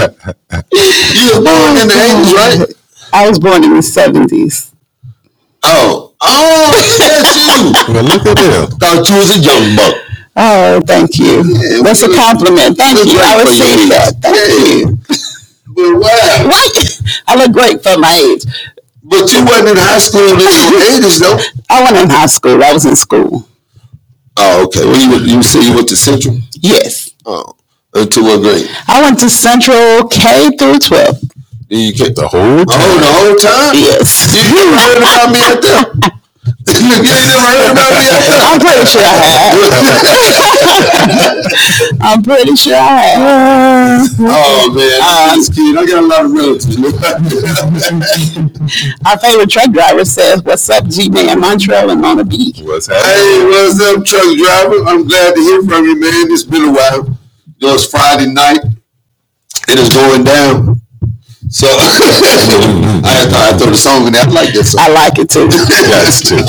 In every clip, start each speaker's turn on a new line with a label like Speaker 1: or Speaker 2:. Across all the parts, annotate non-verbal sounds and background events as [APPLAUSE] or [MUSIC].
Speaker 1: you were born in the eighties, right?
Speaker 2: I was born in the seventies.
Speaker 1: Oh, oh, look at you!
Speaker 3: [LAUGHS] Well, look at them.
Speaker 1: Thought you was a young buck.
Speaker 2: Oh, thank you.
Speaker 1: Yeah,
Speaker 2: That's a
Speaker 1: good-
Speaker 2: compliment. Thank
Speaker 1: good
Speaker 2: you. I
Speaker 1: job for your
Speaker 2: received
Speaker 1: age.
Speaker 2: that. Thank
Speaker 1: Yeah.
Speaker 2: you.
Speaker 1: [LAUGHS] But wow,
Speaker 2: What? I look great for my age.
Speaker 1: but you wasn't in high school in the eighties, though.
Speaker 2: I went in high school. I was in school.
Speaker 1: Oh, okay. Well, you you say you went to Central?
Speaker 2: Yes.
Speaker 1: Oh, until what grade?
Speaker 2: I went to Central K through
Speaker 1: Then
Speaker 2: 12.
Speaker 1: you came.
Speaker 3: The whole time.
Speaker 1: Oh, the whole time.
Speaker 2: Yes.
Speaker 1: You never heard about me out there. [LAUGHS] you ain't never heard about me out there.
Speaker 2: I'm pretty sure I have. I'm pretty sure I have.
Speaker 1: [LAUGHS] Oh man, this kid, I got a lot of relatives. [LAUGHS]
Speaker 2: Our favorite truck driver says, What's up, G Man Montreal and Mona B?
Speaker 3: What's happening?
Speaker 1: hey, what's up, truck driver? I'm glad to hear from you, man. It's been a while. It was Friday night. It is going down. So [LAUGHS] I thought I throw the song in there. I like that song.
Speaker 2: I like it too.
Speaker 1: [LAUGHS]
Speaker 3: Guys, too.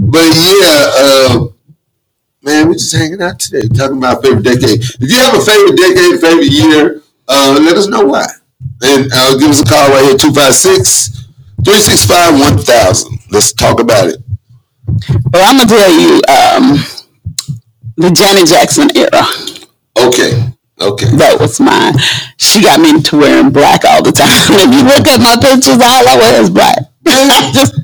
Speaker 1: But yeah, uh, man, we just hanging out today, talking about favorite decade. If you have a favorite decade, favorite year, uh, let us know why. And uh, give us a call right here, 256 365 1000. Let's talk about it.
Speaker 2: Well, I'm going to tell you um, the Janet Jackson era.
Speaker 1: Okay. Okay.
Speaker 2: That was mine. She got me into wearing black all the time. [LAUGHS] if you look at my pictures, all I wear is black. [LAUGHS] I just,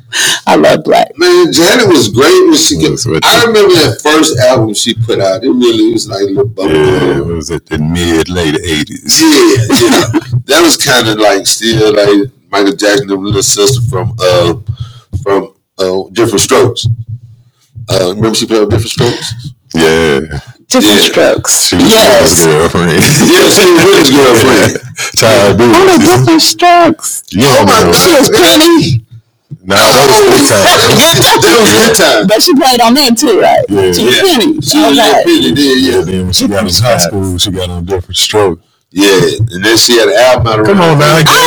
Speaker 2: I love black.
Speaker 1: Man, Janet was great when she
Speaker 3: Yes,
Speaker 1: came.
Speaker 3: right
Speaker 1: I remember that first album she put out. It really was like a little bubble.
Speaker 3: Yeah, it was at the mid late eighties.
Speaker 1: Yeah, yeah. that was kind of like still like Michael Jackson, the little sister from uh from uh Different Strokes. Uh, remember she played with Different Strokes?
Speaker 3: Yeah,
Speaker 2: Different
Speaker 1: Yeah.
Speaker 2: strokes.
Speaker 3: she was
Speaker 2: yes.
Speaker 3: his
Speaker 1: [LAUGHS]
Speaker 3: girlfriend.
Speaker 1: Yeah, she was with his
Speaker 3: [LAUGHS]
Speaker 1: girlfriend.
Speaker 3: Child dude.
Speaker 2: All the different strokes.
Speaker 3: Yeah,
Speaker 1: Oh my
Speaker 3: no.
Speaker 1: God.
Speaker 2: She was pretty.
Speaker 3: Nah, that was
Speaker 2: [LAUGHS]
Speaker 3: good time.
Speaker 1: That was good time.
Speaker 2: But she played on that too, right?
Speaker 3: Yeah.
Speaker 2: She was
Speaker 1: Yeah.
Speaker 2: pretty.
Speaker 1: She was
Speaker 2: Okay.
Speaker 1: like, really did,
Speaker 3: Yeah,
Speaker 1: yeah,
Speaker 3: then when she got in high school, she got on a different stroke.
Speaker 1: yeah. And then she had an album out around.
Speaker 3: Come on, man.
Speaker 2: Oh, oh,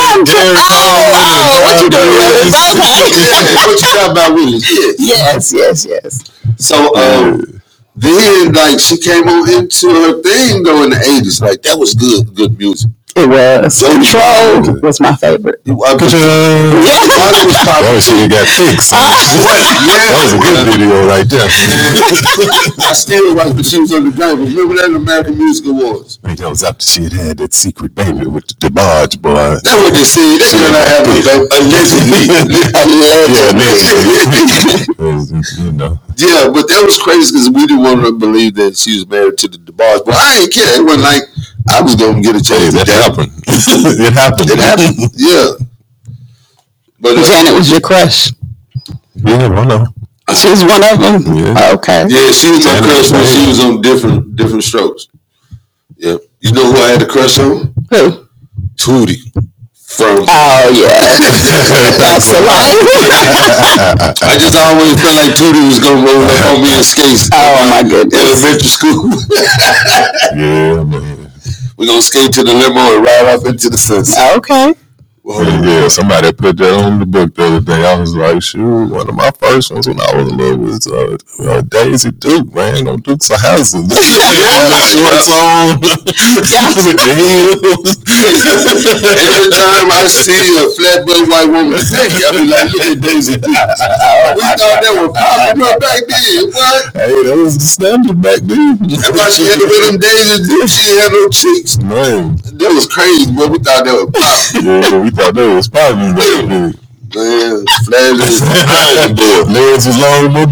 Speaker 2: what you doing? Willis?
Speaker 1: [LAUGHS] Yeah,
Speaker 2: Okay.
Speaker 1: what you talking about, Willie? Yeah.
Speaker 2: yes, yes, yes.
Speaker 1: So, um, then like she came on into her thing though in the eighties. Like that was good, good music.
Speaker 2: It was. Control was my favorite.
Speaker 1: I was
Speaker 3: [LAUGHS] [LAUGHS] That
Speaker 1: popping.
Speaker 3: was she got fixed.
Speaker 1: Ah.
Speaker 3: That was a
Speaker 1: [LAUGHS] Yeah.
Speaker 3: good video right there.
Speaker 1: I still watch the shoes on the driver. Remember that in American Music Awards?
Speaker 3: I think that was after she had had that secret baby with the, the barge boy.
Speaker 1: That's what they said. That's what I have to say. Allegedly.
Speaker 3: Yeah, man. you know.
Speaker 1: [LAUGHS] Yeah, but that was crazy because we didn't want to believe that she was married to the DeBarge. But I ain't care. It wasn't like I was going to get a
Speaker 3: Hey,
Speaker 1: chance.
Speaker 3: that happened. [LAUGHS] it happened.
Speaker 1: It happened. Yeah. But uh,
Speaker 2: Janet was your crush.
Speaker 3: Yeah, I know.
Speaker 2: She was one of them.
Speaker 3: Yeah.
Speaker 2: Okay.
Speaker 1: yeah, she was my
Speaker 3: Janet
Speaker 1: crush
Speaker 3: was
Speaker 1: when she
Speaker 3: crazy.
Speaker 1: was on different different strokes. Yeah. You know who I had a crush on?
Speaker 2: Who?
Speaker 1: Tootie from [LAUGHS]
Speaker 2: Oh yeah. That's the life.
Speaker 1: I just always felt like Tootie was gonna roll up on me in skates.
Speaker 2: Oh, my goodness.
Speaker 1: Elementary school. [LAUGHS]
Speaker 3: Yeah, man.
Speaker 1: We're gonna skate to the limo and ride off into the
Speaker 2: [LAUGHS]
Speaker 1: sunset.
Speaker 2: [LAUGHS] okay.
Speaker 1: Whoa.
Speaker 3: Yeah, somebody put that on the book the other day. I was like, shoot, one of my first ones when I was in love was uh, uh, Daisy Duke, man, on Dukes of Hazzard. [LAUGHS] yeah, shorts on. [LAUGHS]
Speaker 1: Every time I see a flatbush white woman sing, I be like, look at Daisy Dukes. We thought that were popular back then. What?
Speaker 3: hey, that was the standard back then.
Speaker 1: That's why she had to wear them Daisy Dukes. She didn't have no cheeks.
Speaker 3: Man,
Speaker 1: That was crazy, but we thought that were pop.
Speaker 3: yeah, we thought that was probably back then. [LAUGHS]
Speaker 1: Man, flashes.
Speaker 3: Legs was long as my
Speaker 1: [LAUGHS]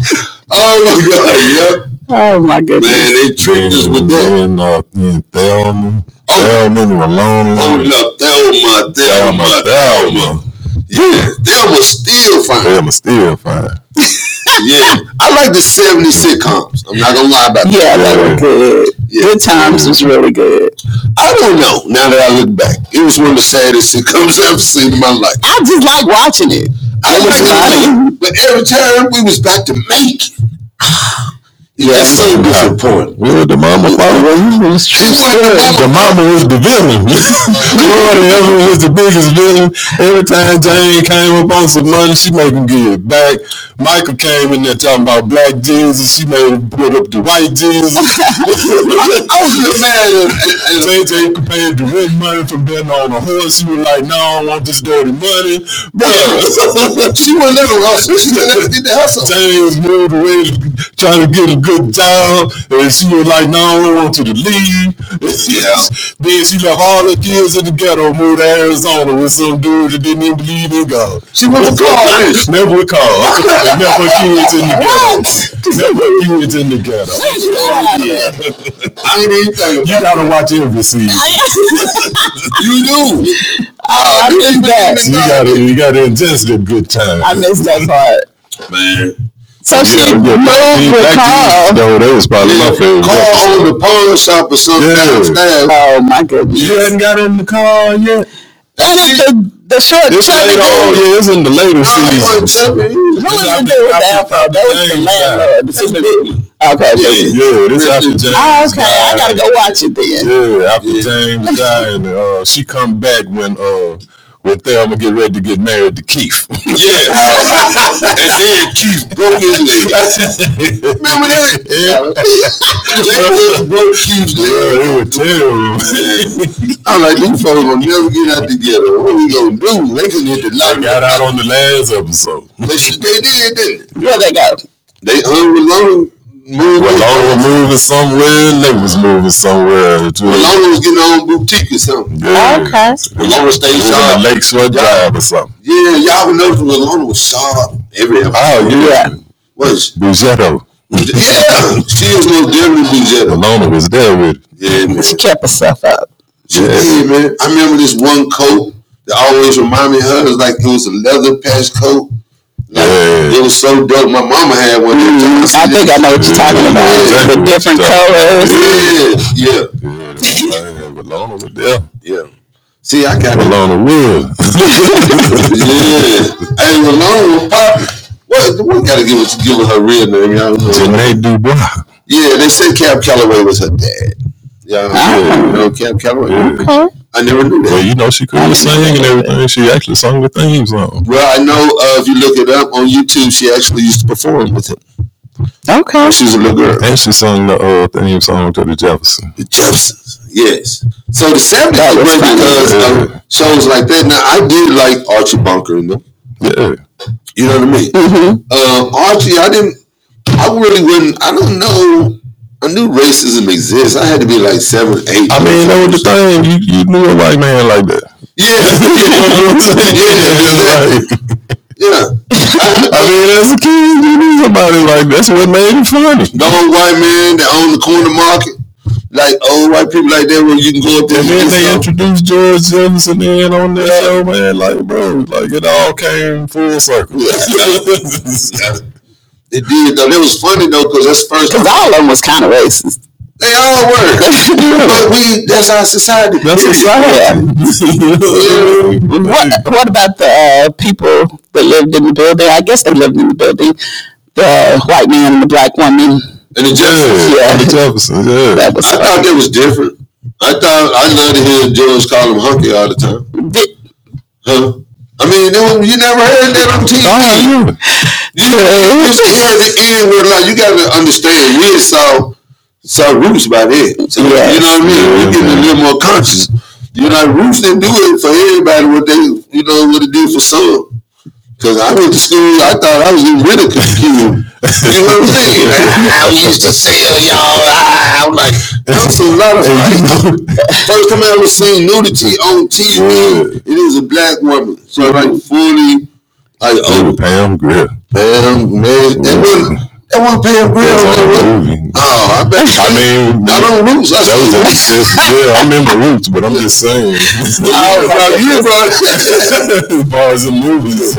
Speaker 3: beard.
Speaker 1: Oh my God, yep.
Speaker 2: Oh my goodness.
Speaker 1: Man, they tricked us with that.
Speaker 3: Then, uh, then Thelma. Thelma and Rolona.
Speaker 1: Hold up, Thelma, Thelma,
Speaker 3: Thelma,
Speaker 1: Thelma. Yeah, Thelma still fine.
Speaker 3: Thelma still fine.
Speaker 1: Yeah, I like the 70s sitcoms. I'm not gonna lie about that.
Speaker 2: Yeah, they were good.
Speaker 1: Yeah.
Speaker 2: Good times was really good.
Speaker 1: I don't know now that I look back. It was one of the saddest sitcoms [LAUGHS] I've seen in my life.
Speaker 2: I just like watching it.
Speaker 1: I
Speaker 2: It
Speaker 1: was
Speaker 2: was
Speaker 1: back
Speaker 2: funny.
Speaker 1: to make, but every time we was back to make. It That's so disappointing.
Speaker 3: Well, the mama probably was The mama was the villain. [LAUGHS] Lord, ever was the biggest villain. Every time Jane came up on some money, she made him give it back. Michael came in there talking about black jeans, and she made him put up the white [LAUGHS] jeans. Tay Tay paid the rent money from betting on a horse. She was like, "No, I don't want this dirty money." Bruh.
Speaker 1: [LAUGHS] She would never hustle. She would never did the hustle.
Speaker 3: Tay was moved away, trying to get a good job, and she was like, "No, I don't want you to leave." [LAUGHS]
Speaker 1: Yeah.
Speaker 3: Then she left all the kids in the ghetto, moved to Arizona with some dude that didn't even believe in God.
Speaker 1: She was a car bitch.
Speaker 3: Never a car. [LAUGHS] Never kids in the ghetto.
Speaker 2: What?
Speaker 3: [LAUGHS] Never kids in the ghetto.
Speaker 1: I ain't even think
Speaker 3: You
Speaker 1: about
Speaker 3: gotta watch every season.
Speaker 1: it. You do.
Speaker 2: Oh, I missed that.
Speaker 3: You gotta, you gotta ingest the good time.
Speaker 2: I missed that part.
Speaker 1: Man.
Speaker 2: So she
Speaker 3: Yeah,
Speaker 2: moved with Carl.
Speaker 3: No, that was probably my favorite.
Speaker 1: Car on the pawn shop or something
Speaker 3: Yeah.
Speaker 1: downstairs.
Speaker 2: Oh my goodness!
Speaker 3: You hadn't got in the car yet.
Speaker 2: That is the the short
Speaker 3: It's
Speaker 2: chubby
Speaker 3: later on.
Speaker 2: dude.
Speaker 3: Yeah, it's in the later season.
Speaker 2: Who
Speaker 1: What
Speaker 2: was the dude with the afro? That was the
Speaker 3: Yeah.
Speaker 2: landlord. The super dude. Okay. this is-
Speaker 3: Yeah, this after James.
Speaker 2: Oh, okay. I gotta
Speaker 3: died.
Speaker 2: go watch it then.
Speaker 3: Yeah, after James died, and, uh, she come back when uh, when Thelma get ready to get married to Keith. [LAUGHS]
Speaker 1: Yeah. and then Keith broke his leg. [LAUGHS] Remember that? That nigga broke Keith's leg.
Speaker 3: Yeah, it was [LAUGHS] terrible.
Speaker 1: [LAUGHS] I'm like, these folks gonna never get out together. What we gonna do? They can hit the
Speaker 3: I got
Speaker 1: light.
Speaker 3: out on the last episode.
Speaker 1: They, should- they did, didn't they?
Speaker 2: Where they go?
Speaker 1: They unrelung.
Speaker 3: Well, Lola was moving somewhere, and they was moving somewhere. It was-
Speaker 1: Malone was getting on boutique or something.
Speaker 3: yeah.
Speaker 2: Okay.
Speaker 1: Malone stayed
Speaker 3: It was on
Speaker 1: sharp.
Speaker 3: the Lakeshore Drive or something.
Speaker 1: Yeah, y'all would notice Malone was sharp. Every
Speaker 3: Oh,
Speaker 2: Yeah.
Speaker 1: was
Speaker 3: Bugetto.
Speaker 1: yeah, she was no different than Jetta.
Speaker 3: Malona was there with it.
Speaker 1: Yeah, man.
Speaker 2: She kept herself up.
Speaker 1: She did, man. I remember this one coat that always reminded me of her. It was like it was a leather patch coat. Like,
Speaker 3: Yeah.
Speaker 1: It was so dope. My mama had one. Mm,
Speaker 2: I think I know what you're talking about. The different colors.
Speaker 1: Yeah, yeah,
Speaker 3: Yeah, Malona was there.
Speaker 1: yeah. See, I got it.
Speaker 3: Malona was.
Speaker 1: yeah. Hey, Malone, pop. What? What? Gotta give it. Give her her real name. Y'all know.
Speaker 3: Janae Dubois.
Speaker 1: Yeah, they said Cab Calloway was her dad. Yeah, yeah. You know Cab Calloway.
Speaker 2: Okay.
Speaker 1: I never knew
Speaker 3: Well,
Speaker 1: that.
Speaker 3: you know, she couldn't sing and everything. She actually sung the theme song.
Speaker 1: Well, I know uh, if you look it up on YouTube, she actually used to perform with him
Speaker 2: Okay.
Speaker 1: when she was a little girl.
Speaker 3: And she sung the uh, theme song to the Jefferson.
Speaker 1: The Jeffersons, yes. So the 70s
Speaker 2: That
Speaker 1: were
Speaker 2: was
Speaker 1: great
Speaker 2: funny.
Speaker 1: because of shows like that. Now, I did like Archie Bunker in them.
Speaker 3: Yeah.
Speaker 1: You know what I mean?
Speaker 3: Hmm.
Speaker 2: Mm-hmm.
Speaker 1: Uh, Archie, I didn't, I really wouldn't, I don't know. I knew racism exists. I had to be like seven, eight.
Speaker 3: I mean, that was the thing. You, you knew a white man like that. [LAUGHS]
Speaker 1: [LAUGHS] Yeah.
Speaker 3: Like,
Speaker 1: yeah. yeah.
Speaker 3: I mean, as a kid, you knew somebody like that's what made it funny.
Speaker 1: The old white man that owned the corner market. Like old white people like that where you can go up there
Speaker 3: And then
Speaker 1: and
Speaker 3: they
Speaker 1: get some.
Speaker 3: introduced George Jefferson in on that show, man. Like, bro, like it all came full circle.
Speaker 1: [LAUGHS] They did though. That was funny though, because that's the first
Speaker 2: Cause
Speaker 1: time.
Speaker 2: all of them was kind of racist.
Speaker 1: They all
Speaker 3: [LAUGHS]
Speaker 1: were. But we, that's our society.
Speaker 3: That's
Speaker 1: period.
Speaker 3: what's
Speaker 2: [LAUGHS]
Speaker 3: right.
Speaker 2: What What about the uh, people that lived in the building? I guess they lived in the building. The white man and the black woman.
Speaker 1: And the judge.
Speaker 3: Yeah,
Speaker 2: Yeah.
Speaker 3: the Jefferson. Yeah,
Speaker 2: That was. uh,
Speaker 1: I thought that was different. I thought I love to hear Jones call him hunky all the time.
Speaker 2: Did-
Speaker 1: Huh? I mean, you, know, you never heard that on TV.
Speaker 3: oh, yeah.
Speaker 1: You know, it was [LAUGHS] near the end where like you gotta understand we saw saw Roots by then. So you know what I mean? We're getting a little more conscious. You know, Roots didn't do it for everybody what they you know what it did for some. Cause I went to school, I thought I was getting ridiculed. You know what I'm saying? [LAUGHS] I used to say, y'all, ah, I'm like, that's a lot [LAUGHS] of First time I ever seen nudity on TV, it was a black woman. So like fully, like,
Speaker 3: Oh,
Speaker 1: oh,
Speaker 3: Pam Grier.
Speaker 1: Pam, man, that wasn't that wasn't Pam Grier.
Speaker 3: That was
Speaker 1: that was-
Speaker 3: on the movie.
Speaker 1: Oh, I bet.
Speaker 3: I mean,
Speaker 1: I
Speaker 3: that
Speaker 1: don't lose. I
Speaker 3: was
Speaker 1: said,
Speaker 3: a that's- yeah. I remember Roots, but I'm just [LAUGHS] saying,
Speaker 1: "Oh, bro, you bro."
Speaker 3: as far as the [LAUGHS] movies.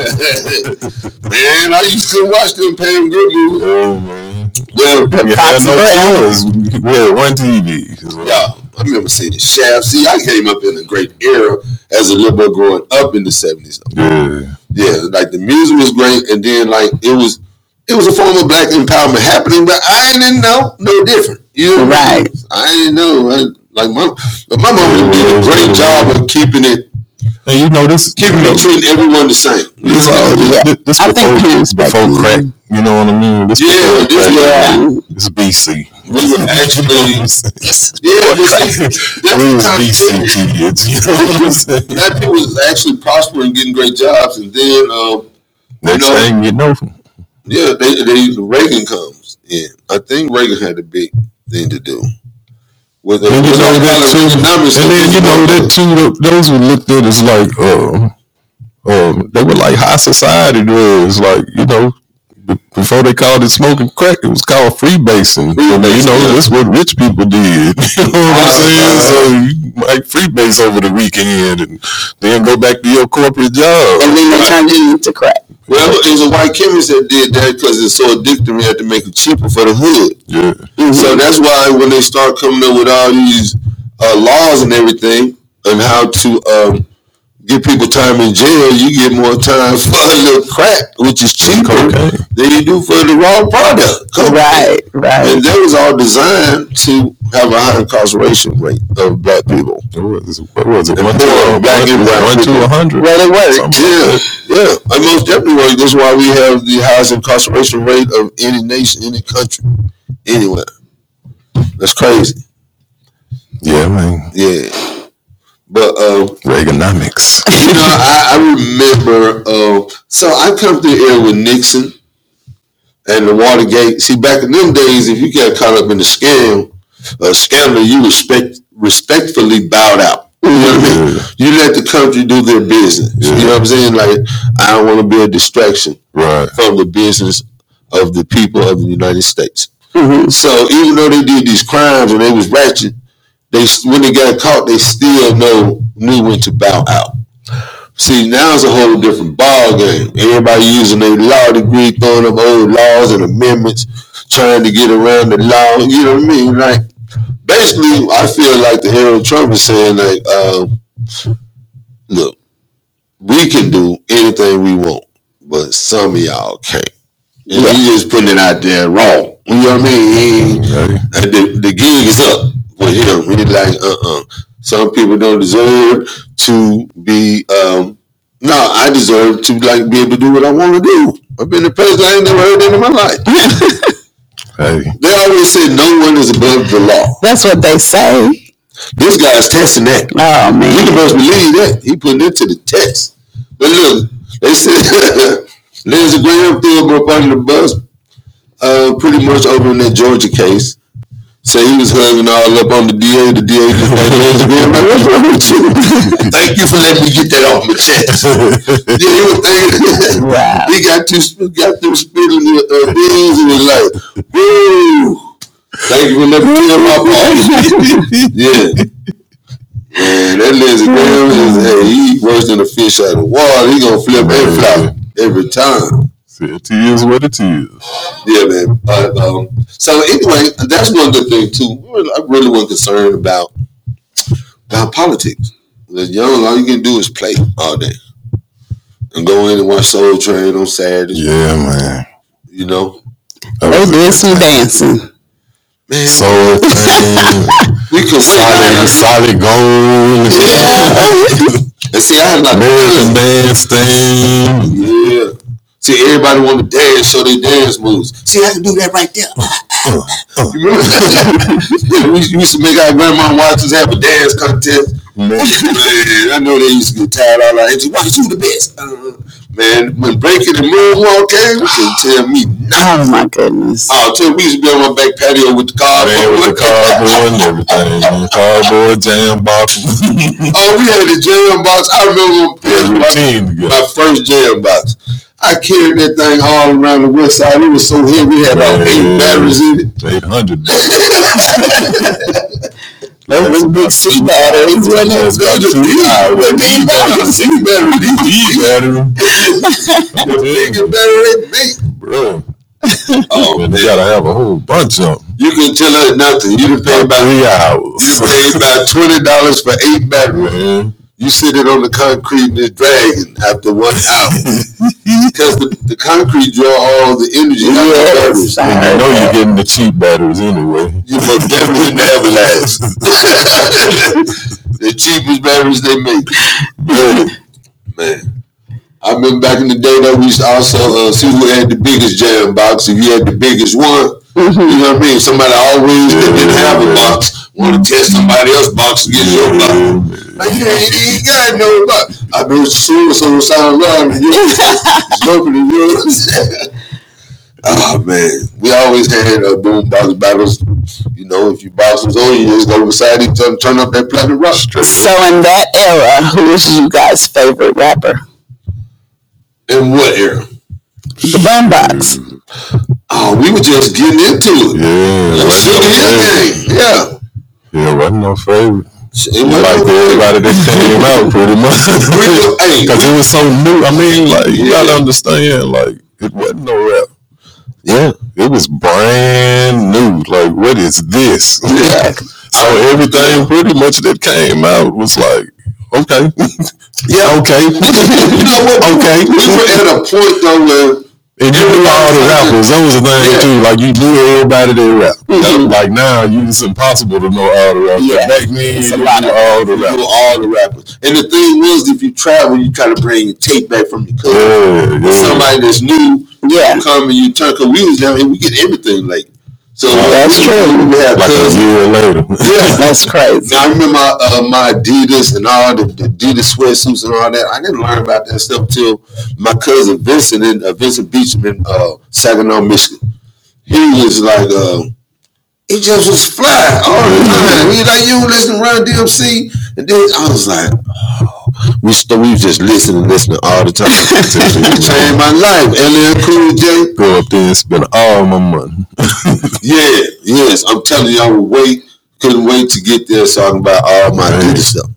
Speaker 1: [LAUGHS] man, I used to watch them Pam Grier movies.
Speaker 3: Oh man,
Speaker 1: Well,
Speaker 3: we had no choice. We had one TV.
Speaker 1: yeah, I remember seeing the Shaft. See, I came up in a great era as a little boy growing up in the seventies.
Speaker 3: Yeah.
Speaker 1: Yeah, like the music was great, and then like it was it was a form of black empowerment happening, but I didn't know no different. You know,
Speaker 2: Right.
Speaker 1: I didn't know. I, like my, but my mom did a great job of keeping it,
Speaker 3: And you know this,
Speaker 1: keeping it, treating everyone the same.
Speaker 3: This, uh,
Speaker 2: Yeah.
Speaker 3: this, this
Speaker 2: I think
Speaker 3: before,
Speaker 2: parents back
Speaker 3: before
Speaker 2: then-
Speaker 3: crack. You know what I mean? This
Speaker 1: Yeah,
Speaker 3: before
Speaker 1: this
Speaker 3: crack.
Speaker 1: yeah.
Speaker 3: This is BC.
Speaker 1: We were actually, yeah, this is, that's
Speaker 3: we
Speaker 1: the
Speaker 3: was
Speaker 1: kind of
Speaker 3: BC
Speaker 1: thing.
Speaker 3: kids. You know what I'm saying?
Speaker 1: Black people was actually prospering, getting great jobs, and then, um, you
Speaker 3: Next
Speaker 1: know,
Speaker 3: thing you know,
Speaker 1: yeah, they, they Reagan comes in. I think Reagan had a big thing to do with it.
Speaker 3: and you know that too. And then you know that too. Those were looked at as like, um, um, they were like high society girls. Like you know, b- before they called it smoking crack, it was called freebasing. You know, you know that's what rich people did. [LAUGHS] you know what I'm saying? So you might freebase over the weekend and then go back to your corporate job.
Speaker 2: and then they turned it into crack.
Speaker 1: Well, it was a white chemist that did that because it's so addictive. We had to make it cheaper for the hood.
Speaker 3: Yeah.
Speaker 2: Mm-hmm.
Speaker 1: So that's why when they start coming up with all these uh, laws and everything on how to um, get people time in jail, you get more time [LAUGHS] for a little crack, which is cheaper
Speaker 3: Cocaine.
Speaker 1: than you do for the raw product. Cocaine.
Speaker 2: Right, right.
Speaker 1: And that was all designed to have a high incarceration rate of black people.
Speaker 3: What was it? What was it? One to
Speaker 1: poor black and white
Speaker 3: one to a hundred.
Speaker 2: Well, it worked.
Speaker 1: Yeah, yeah. And most definitely, right. That's why we have the highest incarceration rate of any nation, any country, anywhere. That's crazy.
Speaker 3: Yeah, man.
Speaker 1: Yeah. But uh,
Speaker 3: Reaganomics. [LAUGHS]
Speaker 1: you know, I, I remember. Uh, so I come through here with Nixon and the Watergate. See, back in them days, if you got caught up in the scam, uh, scandal, you respect respectfully bowed out. You know what I mean?
Speaker 3: Yeah.
Speaker 1: You let the country do their business. You know what I'm saying? Like, I don't want to be a distraction
Speaker 3: Right.
Speaker 1: from the business of the people of the United States.
Speaker 2: Mhm.
Speaker 1: So even though they did these crimes and they was ratchet, they when they got caught, they still know knew when to bow out. See, now it's a whole different ball game. Everybody using their law degree, throwing up old laws and amendments, trying to get around the law. You know what I mean? Like, basically, I feel like the Harold Trump is saying, like, um, look, we can do anything we want, but some of y'all can't. And he just putting it out there wrong. You know what I mean? He ain't-
Speaker 3: Okay.
Speaker 1: and the, the gig is up with him. He's like, uh uh Some people don't deserve to be, um, no, I deserve to like be able to do what I want to do. I've been the president, I ain't never heard that in my life.
Speaker 3: Hey. [LAUGHS]
Speaker 1: They always said no one is above the law.
Speaker 2: That's what they say.
Speaker 1: This guy's testing that.
Speaker 2: Oh
Speaker 1: You
Speaker 2: man.
Speaker 1: can best believe that. He put it to the test. But look, they said [LAUGHS] Lindsey Graham threw him up under the bus uh, pretty much over in that Georgia case. So he was hugging all up on the DA. The DA just like, Lindsey Graham, like, what's wrong with you? Thank you for letting me get that off my [LAUGHS] chest. Yeah, he was thinking, [LAUGHS]
Speaker 2: Wow.
Speaker 1: he got to sp- got through spilling the uh, beans and was like, woo! Thank you for letting me get my party. yeah. Man, that Lindsey Graham is hey, he worse than a fish out of water. He gonna flip and flop every time.
Speaker 3: See, it is what it is.
Speaker 1: Yeah, man. But, um, so anyway, that's one good thing too. I really wasn't concerned about about politics. As young, all you can do is play all day and go in and watch Soul Train on Saturdays.
Speaker 3: Yeah, man.
Speaker 1: You know,
Speaker 2: They did some dancing.
Speaker 1: man,
Speaker 3: So solid,
Speaker 1: we could
Speaker 3: solid gold,
Speaker 1: [LAUGHS] And see, I had like
Speaker 3: American bandstand.
Speaker 1: yeah. See, everybody want to dance, show their dance moves. See, I can do that right there.
Speaker 3: Uh,
Speaker 1: You remember that? [LAUGHS] we used to make our grandma watch us have a dance contest. Man, I know they used to get tired all our ages. Watch you the best. Uh, man, when breaking and moonwalk came, you couldn't tell me nothing.
Speaker 2: Oh my goodness.
Speaker 1: Oh, tell me we used to be on my back patio with the car.
Speaker 3: Man with the cardboard and everything, man. cardboard jam box,
Speaker 1: [LAUGHS] Oh, we had the jam box. I remember when-
Speaker 3: routine.
Speaker 1: my first jam box. I carried that thing all around the west side. It was so heavy, we had about eight
Speaker 3: Man.
Speaker 1: batteries in it.
Speaker 3: Eight hundred.
Speaker 2: Those was big C batteries, wasn't it?
Speaker 3: That's about
Speaker 1: Those
Speaker 3: two
Speaker 1: are big-
Speaker 3: hours.
Speaker 1: big batteries, big batteries.
Speaker 3: You better,
Speaker 1: Bigger battery than me.
Speaker 3: bro.
Speaker 1: Oh,
Speaker 3: Man, they gotta have a whole bunch of them.
Speaker 1: You can tell her nothing. You done paid about
Speaker 3: Three
Speaker 1: you done
Speaker 3: hours,
Speaker 1: paid about twenty dollars for eight batteries.
Speaker 3: man.
Speaker 1: you sitting on the concrete and it's dragging after one hour [LAUGHS] because the, the concrete draw all the energy out of the batteries.
Speaker 3: And you know you're getting the cheap batteries anyway.
Speaker 1: You most definitely never last. the cheapest batteries they make. Man, man. I remember back in the day that we used to also uh, see who had the biggest jam box. If you had the biggest one, you know what I mean? Somebody always that didn't have a box want to test somebody else's box against your box. Like, you ain't, you ain't got no box. I know it's so so sound loud and you
Speaker 3: [LAUGHS]
Speaker 1: smoking the rules. Oh man, we always had uh, boom box battles. You know, if you box was on you, just go beside each other, turn up that platinum rock strip.
Speaker 2: So in that era, who is you guys' favorite rapper?
Speaker 1: In what era?
Speaker 2: The Boombox.
Speaker 1: Oh, we were just getting into it.
Speaker 3: Yeah,
Speaker 1: It was still the
Speaker 3: right
Speaker 1: young gang. Yeah.
Speaker 3: now. Yeah, wasn't no favorite.
Speaker 1: Shit, It
Speaker 3: You
Speaker 1: wasn't
Speaker 3: liked everybody that came out pretty much. [LAUGHS]
Speaker 1: real- hey,
Speaker 3: Because it was so new. I mean, like, you
Speaker 1: Yeah.
Speaker 3: gotta understand, like, it wasn't no rap. Yeah, it was brand new. Like, what is this? [LAUGHS]
Speaker 1: yeah.
Speaker 3: So everything pretty much that came out was like, okay,
Speaker 1: Yeah.
Speaker 3: [LAUGHS] okay,
Speaker 1: You know what?
Speaker 3: okay.
Speaker 1: We were at a point though where
Speaker 3: [LAUGHS] And you knew all the rappers. That was the thing
Speaker 1: Yeah.
Speaker 3: too. Like you knew everybody that rap. Like now, you it's impossible to know all the rappers.
Speaker 2: Yeah.
Speaker 3: Back then,
Speaker 2: It's a
Speaker 3: you knew
Speaker 2: lot of-
Speaker 3: all the
Speaker 1: we were
Speaker 3: rappers.
Speaker 1: all the rappers. And the thing was, if you travel, you try to bring your tape back from your cousin.
Speaker 3: Yeah, yeah.
Speaker 1: Somebody that's new,
Speaker 2: Yeah.
Speaker 1: you come and you turn, because we was down here, we get everything late. So
Speaker 2: That's
Speaker 1: we,
Speaker 2: true.
Speaker 1: We had
Speaker 3: like a
Speaker 1: cousins.
Speaker 3: year [LAUGHS] later.
Speaker 1: Yeah.
Speaker 2: That's crazy.
Speaker 1: Now I remember my, uh, my Adidas and all the, the Adidas sweatsuits and all that. I didn't learn about that stuff till my cousin Vincent in uh, Vincent Beachman in uh, Saginaw, Michigan. He was like, uh, he just was fly all the time. He like you listen to Run DMC, and then I was like, oh. we st- we just listening, listening all the time.
Speaker 3: [LAUGHS]
Speaker 1: It changed my life. LL Cool J,
Speaker 3: Go up there and spend all my money.
Speaker 1: yeah, yes. I'm telling you, I would wait. Couldn't wait to get there so I can buy all my
Speaker 3: Right.
Speaker 1: Adidas stuff.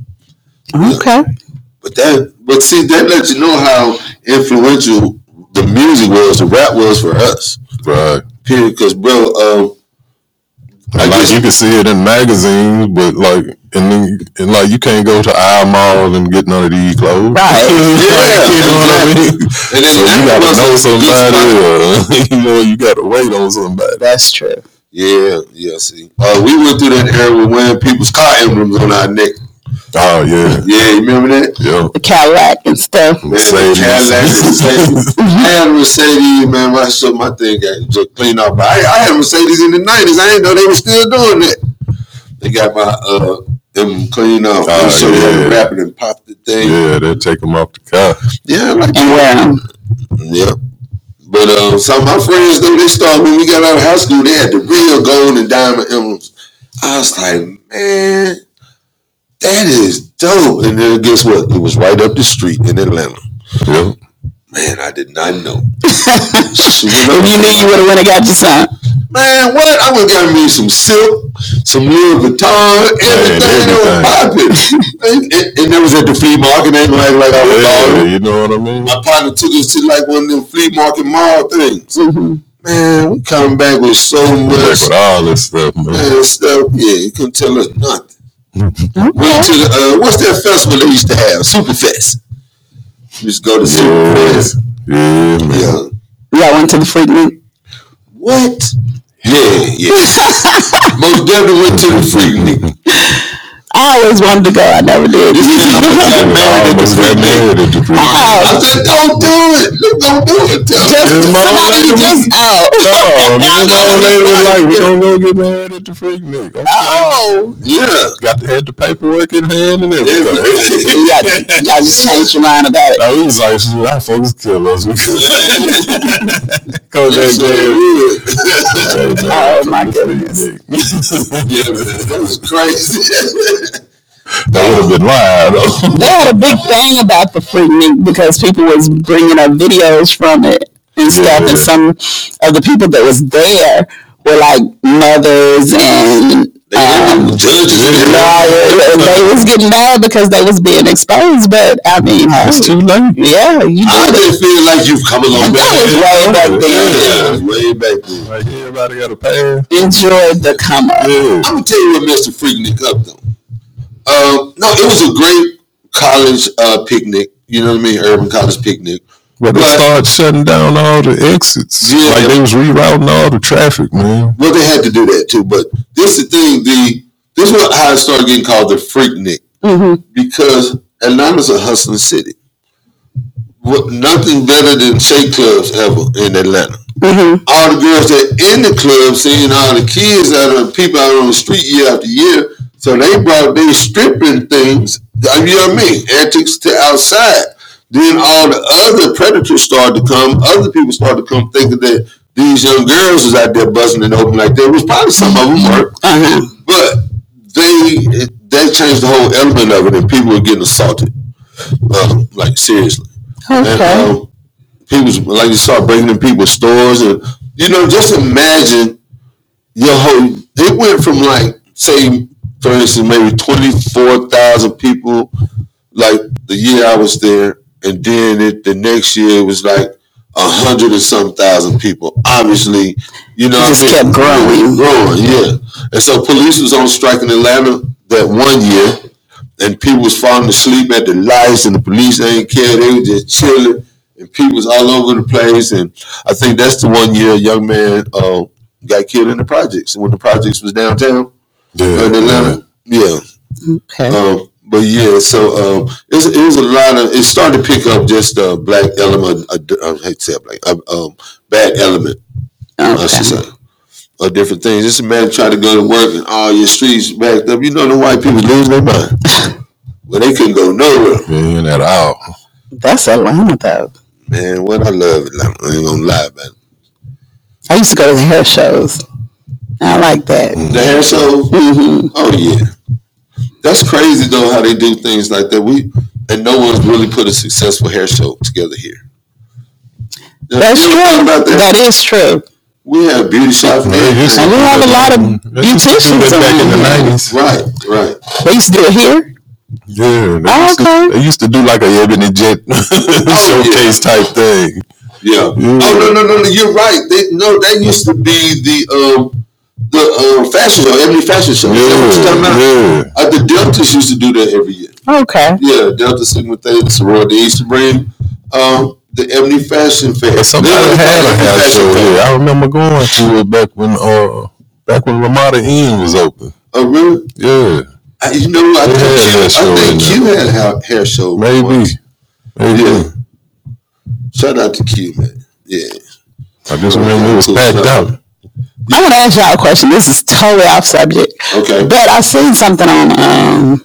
Speaker 2: Okay.
Speaker 1: But that, but see, that lets you know how influential the music was, the rap was for us.
Speaker 3: Right.
Speaker 1: Period. Because bro, um, I
Speaker 3: like
Speaker 1: guess-
Speaker 3: you can see it in magazines, but like and then and like you can't go to our mall and get none of these clothes.
Speaker 2: Right.
Speaker 3: Like, [LAUGHS] you know what I [LAUGHS] mean?
Speaker 1: And then
Speaker 3: so you
Speaker 1: that
Speaker 3: gotta
Speaker 1: was
Speaker 3: know
Speaker 1: a-
Speaker 3: somebody, or, [LAUGHS] you know, you gotta wait on somebody.
Speaker 2: That's true.
Speaker 1: yeah, yeah. See, uh, we went through that era when wearing people's car emblems on our neck.
Speaker 3: Oh yeah,
Speaker 1: Yeah, you remember that?
Speaker 3: yeah.
Speaker 2: The Cadillac and stuff.
Speaker 1: Man, the
Speaker 3: Mercedes.
Speaker 1: Cadillac, Mercedes. I had a Mercedes, man. My so my thing got just cleaned up. But I, I had a Mercedes in the nineties. I didn't know they were still doing that. They got my uh them cleaned up.
Speaker 3: Oh,
Speaker 1: Oh, so
Speaker 3: yeah.
Speaker 1: yeah. wrapping and popped the thing.
Speaker 3: [LAUGHS] Yeah, they take them off the car.
Speaker 1: Yeah, like
Speaker 2: And um, wear 'em.
Speaker 1: Yep. But um, some of my friends though, they started when we got out of high school, they had the real gold and diamond emblems. I was like, man, that is dope. And then guess what? It was right up the street in Atlanta.
Speaker 3: Yeah.
Speaker 1: Man, I did not
Speaker 2: [LAUGHS]
Speaker 1: know.
Speaker 2: If you knew you would have went and got you some.
Speaker 1: Man, what? I would got me some silk, some Louis Vuitton, everything that was
Speaker 3: everything.
Speaker 1: popping.
Speaker 2: [LAUGHS]
Speaker 1: and, and, and that was at the flea market. They like like I was all
Speaker 3: Yeah, you know what I mean?
Speaker 1: my partner took us to like one of them flea market mall things.
Speaker 2: Mm-hmm.
Speaker 1: Man, we come back with so
Speaker 3: Like
Speaker 1: much
Speaker 3: with all this stuff, man.
Speaker 1: man, stuff. Yeah, you couldn't tell us nothing. Went to the, uh, what's that festival they used to have? Superfest. Just go to Superfest.
Speaker 3: Yeah, man.
Speaker 1: Yeah.
Speaker 2: Y'all went to the freak meet.
Speaker 1: What? Yeah, yeah.
Speaker 2: [LAUGHS]
Speaker 1: Most definitely went to the freak nigga.
Speaker 2: I always wanted to go. I never
Speaker 1: [LAUGHS]
Speaker 2: did.
Speaker 1: This nigga got married at the
Speaker 3: Almost
Speaker 1: freak
Speaker 3: got
Speaker 1: nigga.
Speaker 3: married at the freak.
Speaker 1: I
Speaker 2: Oh,
Speaker 1: said, don't do it. Look, Don't do it. Tell
Speaker 2: just
Speaker 1: him.
Speaker 2: somebody just oh.
Speaker 3: Oh, man, my old lady was like, we gonna go get married at the freak Nick.
Speaker 2: Oh.
Speaker 1: [LAUGHS] [LAUGHS]
Speaker 2: [LAUGHS]
Speaker 1: Yeah.
Speaker 3: Got to had the paperwork in hand and [LAUGHS] everything.
Speaker 2: Y'all,
Speaker 3: [LAUGHS]
Speaker 2: y'all just changed your mind about it.
Speaker 3: I was like, shoot, I folks kill us. [LAUGHS] We could- Go
Speaker 1: Yes,
Speaker 3: back
Speaker 1: sir,
Speaker 3: there.
Speaker 1: it would.
Speaker 2: Oh my goodness.
Speaker 1: Yeah, man, that was
Speaker 2: [LAUGHS]
Speaker 1: crazy.
Speaker 3: That would have been live, though.
Speaker 2: They had a big thing about the freak meet because people was bringing up videos from it and stuff, and some of the people that was there were like mothers and. Um,
Speaker 1: Judges, you know,
Speaker 2: lawyers, and they was getting mad because they was being exposed, but I mean,
Speaker 3: It's too late.
Speaker 2: yeah, you
Speaker 1: I
Speaker 2: did it.
Speaker 1: just feel like you've come a long
Speaker 2: That was
Speaker 1: way. Yeah, way
Speaker 2: way back then.
Speaker 1: back then.
Speaker 3: Like, everybody got a pass.
Speaker 2: Enjoy the come up.
Speaker 3: Yeah.
Speaker 1: I'm gonna tell you what messed the freak Nick up though. Um, no, it was a great college uh, picnic. You know what I mean? Urban college picnic.
Speaker 3: But they
Speaker 1: But-
Speaker 3: started shutting down all the exits.
Speaker 1: Yeah.
Speaker 3: Like they was rerouting all the traffic, man.
Speaker 1: Well, they had to do that too. But this is the thing. The this is what how it started getting called the Freaknik
Speaker 2: Mm-hmm.
Speaker 1: because Atlanta's a hustling city. What, nothing better than shake clubs ever in Atlanta.
Speaker 2: Mm-hmm.
Speaker 1: all the girls that in the club seeing all the kids out of people out on the street year after year. So they brought they stripping things, I mean, you know what I mean, antics to outside. Then all the other predators started to come. Other people started to come thinking that these young girls was out there buzzing and open like that. It was probably some of them were,
Speaker 2: Uh-huh.
Speaker 1: but they that changed the whole element of it, and people were getting assaulted, um, like seriously. And,
Speaker 2: Okay.
Speaker 1: um, people's like you start breaking in people's stores, and you know, just imagine your whole. It went from like say, for instance, maybe twenty four thousand people, like the year I was there, and then it the next year it was like a hundred and some thousand people. Obviously, you know,
Speaker 2: It just kept growing.
Speaker 1: It was growing, yeah. And so police was on strike in Atlanta that one year. And people was falling asleep at the lights, and the police ain't care. They was just chilling, and people was all over the place. And I think that's the one year a young man uh, got killed in the projects when the projects was downtown in Atlanta. Yeah,
Speaker 2: Okay.
Speaker 1: um, but yeah, so um, it, was, it was a lot of it started to pick up just a black element. A, di- I hate to say black, a, um, bad element. I should
Speaker 2: Okay.
Speaker 1: say. Of different things. Just imagine trying to go to work and all your streets backed up. You know the white people lose their mind. well, they couldn't go nowhere.
Speaker 3: Man, at all.
Speaker 2: That's Atlanta though.
Speaker 1: Man, what I love Atlanta. I ain't gonna lie about it.
Speaker 2: I used to go to the hair shows. I like that.
Speaker 1: The hair shows.
Speaker 2: Mm-hmm.
Speaker 1: Oh yeah, that's crazy though how they do things like that. We and no one's really put a successful hair show together here.
Speaker 2: That's
Speaker 1: You
Speaker 2: true.
Speaker 1: know About that?
Speaker 2: That is true.
Speaker 1: We have beauty shops.
Speaker 3: Man,
Speaker 1: and
Speaker 3: this-
Speaker 2: And we have a lot of
Speaker 3: They used to do
Speaker 2: beauticians
Speaker 3: that back in the
Speaker 2: around here.
Speaker 3: nineties.
Speaker 1: Right, right.
Speaker 2: They used to do it here.
Speaker 3: Yeah, they,
Speaker 2: Oh,
Speaker 3: used
Speaker 2: okay.
Speaker 3: to, they used to do like a Ebony Jet [LAUGHS] showcase type thing.
Speaker 1: Yeah.
Speaker 3: Mm.
Speaker 1: Oh no, no, no, no. You're right. They, no, that used to be the um, the um, fashion show, every fashion show.
Speaker 3: Yeah,
Speaker 1: Is that what you're talking about?
Speaker 3: yeah.
Speaker 1: Uh, the Deltas used to do that every year.
Speaker 2: Okay.
Speaker 1: Yeah, Delta Sigma Theta Sorority they used to bring um, the Ebony Fashion Fair.
Speaker 3: But somebody
Speaker 1: They-
Speaker 3: had a house
Speaker 1: Fashion
Speaker 3: show
Speaker 1: Fair.
Speaker 3: here. I remember going to it back when uh back when Ramada Inn was open.
Speaker 1: Oh, really?
Speaker 3: Yeah,
Speaker 1: I, you know, I
Speaker 3: They
Speaker 1: think,
Speaker 3: had
Speaker 1: you,
Speaker 3: hair show
Speaker 1: I
Speaker 3: in
Speaker 1: think
Speaker 3: there.
Speaker 1: Q had a ha- hair show.
Speaker 3: maybe.
Speaker 1: once.
Speaker 3: Maybe.
Speaker 1: Yeah. Shout out to Q, man. Yeah.
Speaker 3: I just remember it was packed out.
Speaker 2: I want to ask y'all a question. This is totally off subject,
Speaker 1: Okay.
Speaker 2: but I seen something on um,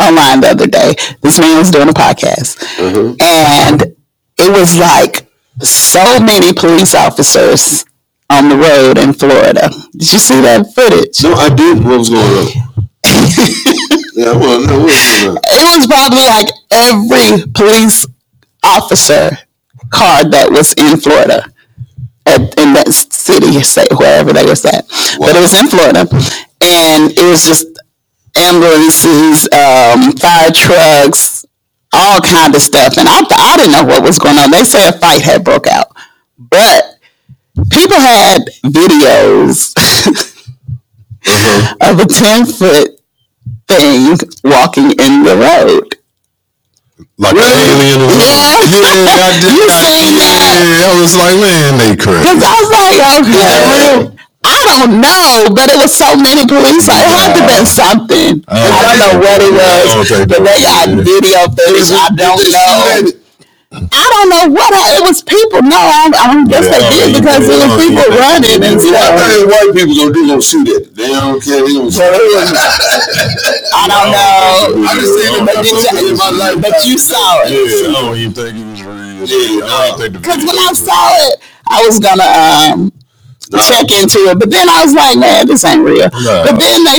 Speaker 2: online the other day. This man was doing a podcast,
Speaker 1: Uh-huh.
Speaker 2: and it was like so many police officers on the road in Florida. Did you see that footage?
Speaker 1: No, I did. What was going on? [LAUGHS] yeah, well, no, what was going on?
Speaker 2: It was probably like every police officer car that was in Florida, at, in that city, say wherever they was at, but it was in Florida, and it was just ambulances, um, fire trucks, all kind of stuff. And I, th- I didn't know what was going on. They said a fight had broke out, but people had videos [LAUGHS] of a ten foot thing walking in the road.
Speaker 3: Like an alien or something.
Speaker 2: Yeah.
Speaker 3: Yeah, I did.
Speaker 2: You
Speaker 3: I,
Speaker 2: seen that?
Speaker 3: Yeah, I was like, man, they
Speaker 2: Cause
Speaker 3: crazy.
Speaker 2: I was like, okay, I don't know, but it was so many police. Like, it had to been something.
Speaker 3: I
Speaker 1: Oh,
Speaker 2: I
Speaker 3: don't
Speaker 2: don't know what it was,
Speaker 3: think
Speaker 2: but they got
Speaker 3: that was-
Speaker 2: video footage. I don't know. I don't know what I, it was. People, no, I, I don't guess
Speaker 3: Yeah,
Speaker 2: they did
Speaker 3: they-
Speaker 2: because it was
Speaker 3: they-
Speaker 2: people
Speaker 3: they-
Speaker 2: running and
Speaker 1: See, I
Speaker 2: stuff.
Speaker 1: think white people gonna do gonna shoot at it. They don't care. They gonna shoot.
Speaker 2: I don't know.
Speaker 1: I just seen it,
Speaker 2: But, did
Speaker 1: in my
Speaker 2: you,
Speaker 1: life.
Speaker 2: but you saw it.
Speaker 3: Yeah, I don't even think it was real.
Speaker 1: Yeah,
Speaker 3: I don't think the
Speaker 2: Because
Speaker 3: video
Speaker 2: when I
Speaker 3: was
Speaker 2: saw it, I was gonna um,
Speaker 1: Nah.
Speaker 2: check into it, but then I was like, man, this ain't real.
Speaker 3: Nah.
Speaker 2: But then they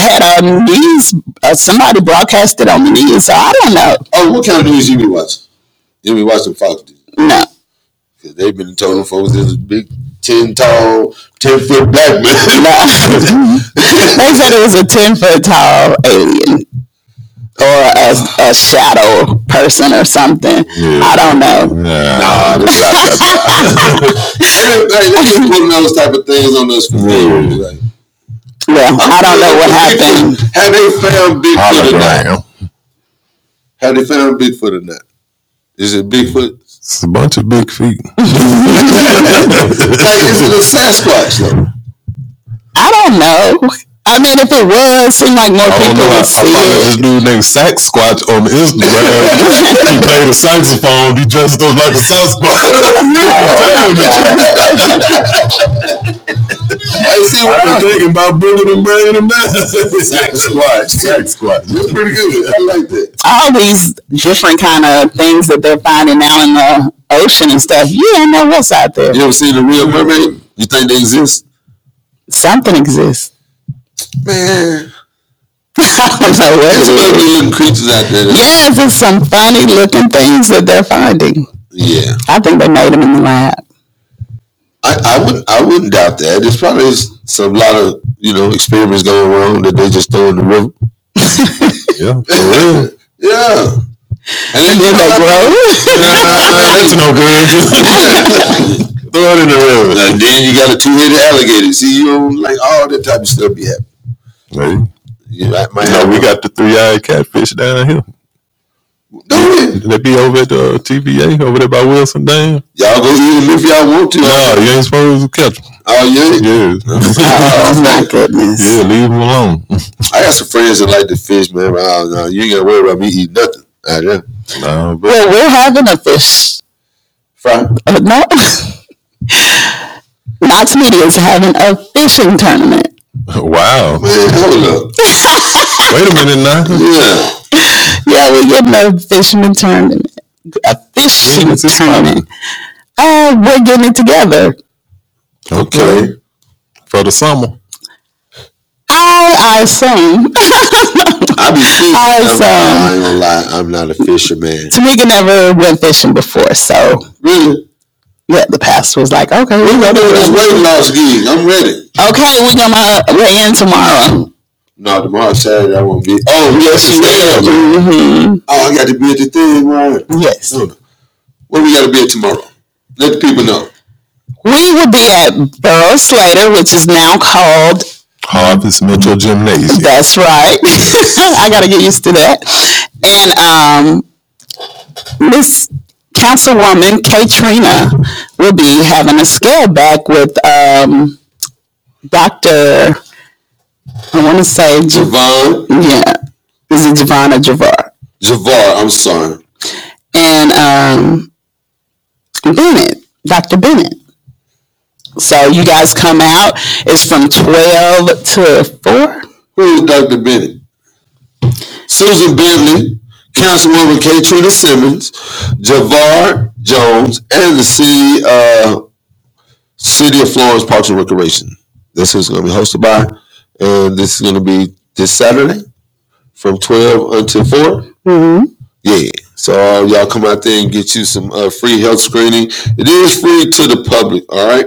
Speaker 2: had a news, uh, somebody broadcast it on the news, so I don't know.
Speaker 1: Oh, what kind of news you be watching? You be watching Fox News.
Speaker 2: No,
Speaker 1: Cause they've been telling folks this is big, ten tall, ten foot black man. [LAUGHS]
Speaker 3: [LAUGHS]
Speaker 2: no. they said it was a ten foot tall alien or a, a shadow person or something.
Speaker 3: Yeah.
Speaker 2: I don't know.
Speaker 3: Nah.
Speaker 1: Nah, this black guy. Hey, they just putting those type of things on us for
Speaker 3: Yeah.
Speaker 1: years. Like,
Speaker 2: Well, I don't know what happened.
Speaker 1: Have they found Bigfoot or not?
Speaker 3: Hologram.
Speaker 1: Have they found Bigfoot or not? Is it Bigfoot?
Speaker 3: It's a bunch of big feet.
Speaker 1: Like, is it a Sasquatch though?
Speaker 2: I don't know. I mean, if it was, seem like more
Speaker 3: I [LAUGHS] don't
Speaker 2: people
Speaker 3: know. I, I
Speaker 2: would
Speaker 3: [LAUGHS]
Speaker 2: see
Speaker 3: follow
Speaker 2: it.
Speaker 3: this dude named Sax Squatch on Instagram. [LAUGHS] he played a saxophone. He dressed up like a
Speaker 2: [LAUGHS]
Speaker 3: Sasquatch.
Speaker 1: I see
Speaker 3: I've
Speaker 1: [LAUGHS]
Speaker 3: been
Speaker 1: what
Speaker 3: thinking about bringing him, bringing him back.
Speaker 1: Sasquatch.
Speaker 3: Sasquatch.
Speaker 1: That's pretty good. I like that.
Speaker 2: All these different kind of things that they're finding out in the ocean and stuff. You don't know what's out there.
Speaker 1: You ever seen a real mermaid? You think they exist?
Speaker 2: Something exists. [LAUGHS]
Speaker 1: Man,
Speaker 2: I don't know what
Speaker 1: there's
Speaker 2: it is.
Speaker 1: ugly little creatures out there. that-
Speaker 2: Yes, it's some funny looking things that they're finding.
Speaker 1: Yeah.
Speaker 2: I think they made them in the lab.
Speaker 1: I, I wouldn't I wouldn't doubt that. There's probably is some lot of you know experiments going wrong that they just throw in the river.
Speaker 3: Yeah, for real.
Speaker 1: Yeah, and then
Speaker 2: Did they [LAUGHS] grow?
Speaker 3: That's no [LAUGHS] good. Throw it in the river.
Speaker 1: and then you got a two headed alligator. See, you don't like all that type of stuff be happening.
Speaker 3: Hey,
Speaker 1: You know, might
Speaker 3: You know, we got the three-eyed catfish down here.
Speaker 1: do it.
Speaker 3: They be over at the uh, TVA over there by Wilson Dam.
Speaker 1: Y'all go eat them if y'all want to.
Speaker 3: No, you ain't supposed to catch them.
Speaker 1: Oh yeah.
Speaker 3: Yeah, [LAUGHS]
Speaker 2: oh [LAUGHS] my goodness.
Speaker 3: yeah, leave them alone.
Speaker 1: I got some friends that like to fish, man. But I don't know. You ain't gotta worry about me eating nothing. I do
Speaker 3: [LAUGHS] Nah, but
Speaker 2: Well, we're having a fish.
Speaker 1: Fry.
Speaker 2: Uh, no. [LAUGHS] Knox Media is having a fishing tournament. [LAUGHS]
Speaker 3: wow.
Speaker 1: Man, hold up.
Speaker 3: Wait a minute now.
Speaker 1: Yeah.
Speaker 2: Yeah, we're getting a fisherman tournament. A fishing
Speaker 3: When's this
Speaker 2: tournament. Uh, we're getting it together.
Speaker 1: Okay.
Speaker 3: For the summer.
Speaker 2: I, I assume.
Speaker 1: I be fishing.
Speaker 2: Awesome.
Speaker 1: I ain't gonna lie. I'm not a fisherman.
Speaker 2: Tamika never went fishing before, so
Speaker 1: Really.
Speaker 2: yeah, the pastor was like, okay, we're
Speaker 1: I'm
Speaker 2: gonna
Speaker 1: doing
Speaker 2: do
Speaker 1: this
Speaker 2: it.
Speaker 1: weight loss gig. I'm ready.
Speaker 2: Okay, we're gonna uh, we're in tomorrow.
Speaker 1: No, tomorrow Saturday I won't be. Oh, yes, you will.
Speaker 2: Mm-hmm.
Speaker 1: Oh, I got to be at the thing, right?
Speaker 2: Yes.
Speaker 1: Where we got to be at tomorrow? Let the people know.
Speaker 2: We will be at Burroughs Slater, which is now called
Speaker 3: Harvest Mental Gymnasium.
Speaker 2: That's right. [LAUGHS] I gotta get used to that. And um Miss Councilwoman Katrina will be having a scale back with um Dr. I wanna say Jav-
Speaker 1: Javon,
Speaker 2: yeah. Is it Javonna Javar?
Speaker 1: Javar, I'm sorry.
Speaker 2: and um, Bennett, Dr. Bennett. So you guys come out. It's from 12 to 4.
Speaker 1: Who is Dr. Bennett? Susan Bentley, Councilwoman Katrina Simmons, Javar Jones, and the city, uh, city of Florence Parks and Recreation. That's who's going to be hosted by. And this is going to be this Saturday from 12 until 4.
Speaker 2: Mm-hmm.
Speaker 1: Yeah. So uh, y'all come out there and get you some uh, free health screening. It is free to the public. All right.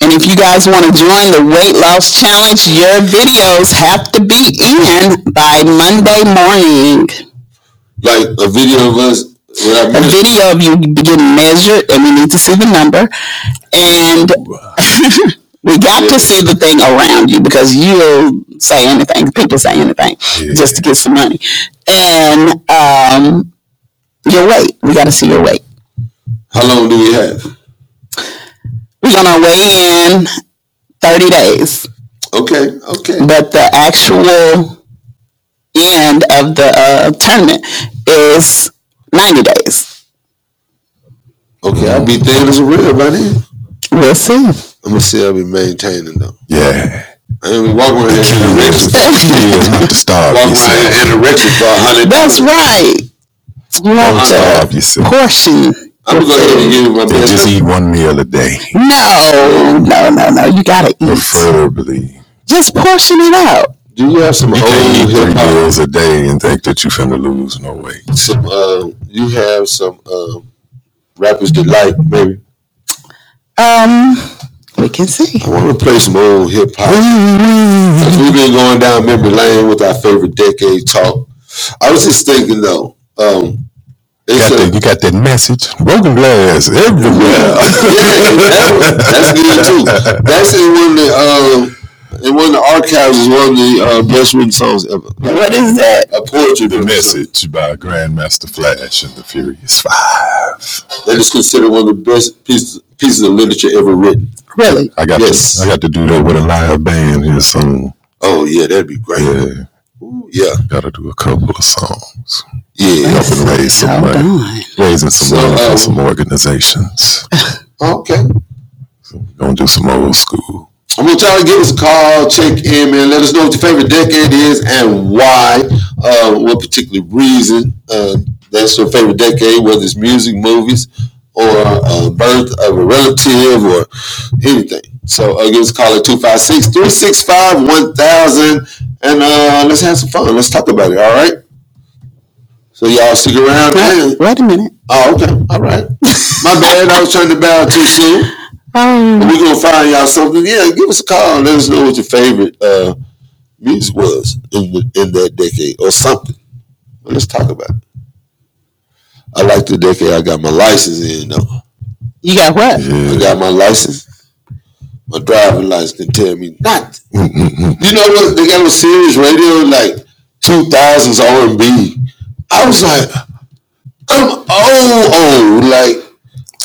Speaker 2: And if you guys want to join the weight loss challenge, your videos have to be in by Monday morning.
Speaker 1: Like a video of us. What I
Speaker 2: A
Speaker 1: mean,
Speaker 2: video of you getting measured, and we need to see the number. And [LAUGHS] we got to see the thing around you because you'll say anything. People say anything just to get some money. And um, your weight. We got to see your weight.
Speaker 1: how long do we have?
Speaker 2: We're gonna weigh in thirty days,
Speaker 1: Okay. Okay.
Speaker 2: but the actual end of the uh, tournament is ninety days.
Speaker 1: Okay. I'll be thin as a rib by then.
Speaker 2: We'll see.
Speaker 1: I'm gonna see. I'll be maintaining though.
Speaker 3: Yeah.
Speaker 1: I ain't be walking around here anorexic.
Speaker 3: [LAUGHS] Yeah, not to starve
Speaker 1: Walking around
Speaker 3: yourself.
Speaker 1: here anorexic for a hundred.
Speaker 2: That's right. You
Speaker 3: Don't
Speaker 2: have to
Speaker 3: starve yourself.
Speaker 2: portion.
Speaker 1: I'm gonna go ahead and give you my
Speaker 3: And
Speaker 1: best.
Speaker 3: just eat one meal a day,
Speaker 2: No, no, no, no. You gotta eat.
Speaker 3: preferably.
Speaker 2: Just portion it out.
Speaker 1: do you have some
Speaker 3: You
Speaker 1: old
Speaker 3: can't eat three
Speaker 1: hip hop?
Speaker 3: meals a day and think that you finna lose no weight.
Speaker 1: Some uh, you have some uh, rappers delight maybe.
Speaker 2: Um, we can see.
Speaker 1: I want to play some old hip hop. We've been going down memory lane with our favorite decade talk. I was just thinking though, um,
Speaker 3: You
Speaker 1: it's
Speaker 3: got,
Speaker 1: a,
Speaker 3: that, you got that message. Broken glass everywhere. [LAUGHS]
Speaker 1: yeah, that one- that's good too. That's in one of the um, and one of the archives is one of the uh, best written songs ever.
Speaker 2: What is that?
Speaker 1: A poetry
Speaker 3: [LAUGHS] The
Speaker 1: book.
Speaker 3: Message by Grandmaster Flash and the Furious Five.
Speaker 1: That is considered one of the best pieces, pieces of literature ever written.
Speaker 2: Really?
Speaker 3: I got
Speaker 1: Yes.
Speaker 3: to, I got to do that with a live band here soon.
Speaker 1: Oh yeah, that'd be great.
Speaker 3: Yeah,
Speaker 1: Ooh, yeah,
Speaker 3: got to do a couple of songs.
Speaker 1: yeah.
Speaker 3: Helping raise some
Speaker 2: Hold
Speaker 3: money,
Speaker 2: on.
Speaker 3: raising some
Speaker 1: So,
Speaker 3: money
Speaker 1: um,
Speaker 3: for some organizations.
Speaker 1: Okay.
Speaker 3: So we're gonna do some old school.
Speaker 1: I want y'all to give us a call, check in, man. Let us know what your favorite decade is and why. Uh, what particular reason uh, that's your favorite decade, whether it's music, movies, or uh, birth of a relative or anything. So uh, give us a call at 256 365 1000 and uh, let's have some fun. Let's talk about it, all right? So y'all stick around.
Speaker 2: Wait, wait a minute.
Speaker 1: Oh, okay. All right. My bad. I was trying to bow too soon.
Speaker 2: Oh,
Speaker 1: We're gonna find y'all something. Yeah, give us a call. and Let us know what your favorite uh, music was in the, in that decade or something. Well, let's talk about it. I like the decade I got my license in. Though
Speaker 2: you got what?
Speaker 1: I
Speaker 3: Yeah.
Speaker 1: got my license. My driving license can tell me nothing. You know what? They got on serious radio like two thousands R and B. I was like, I'm old, old. Like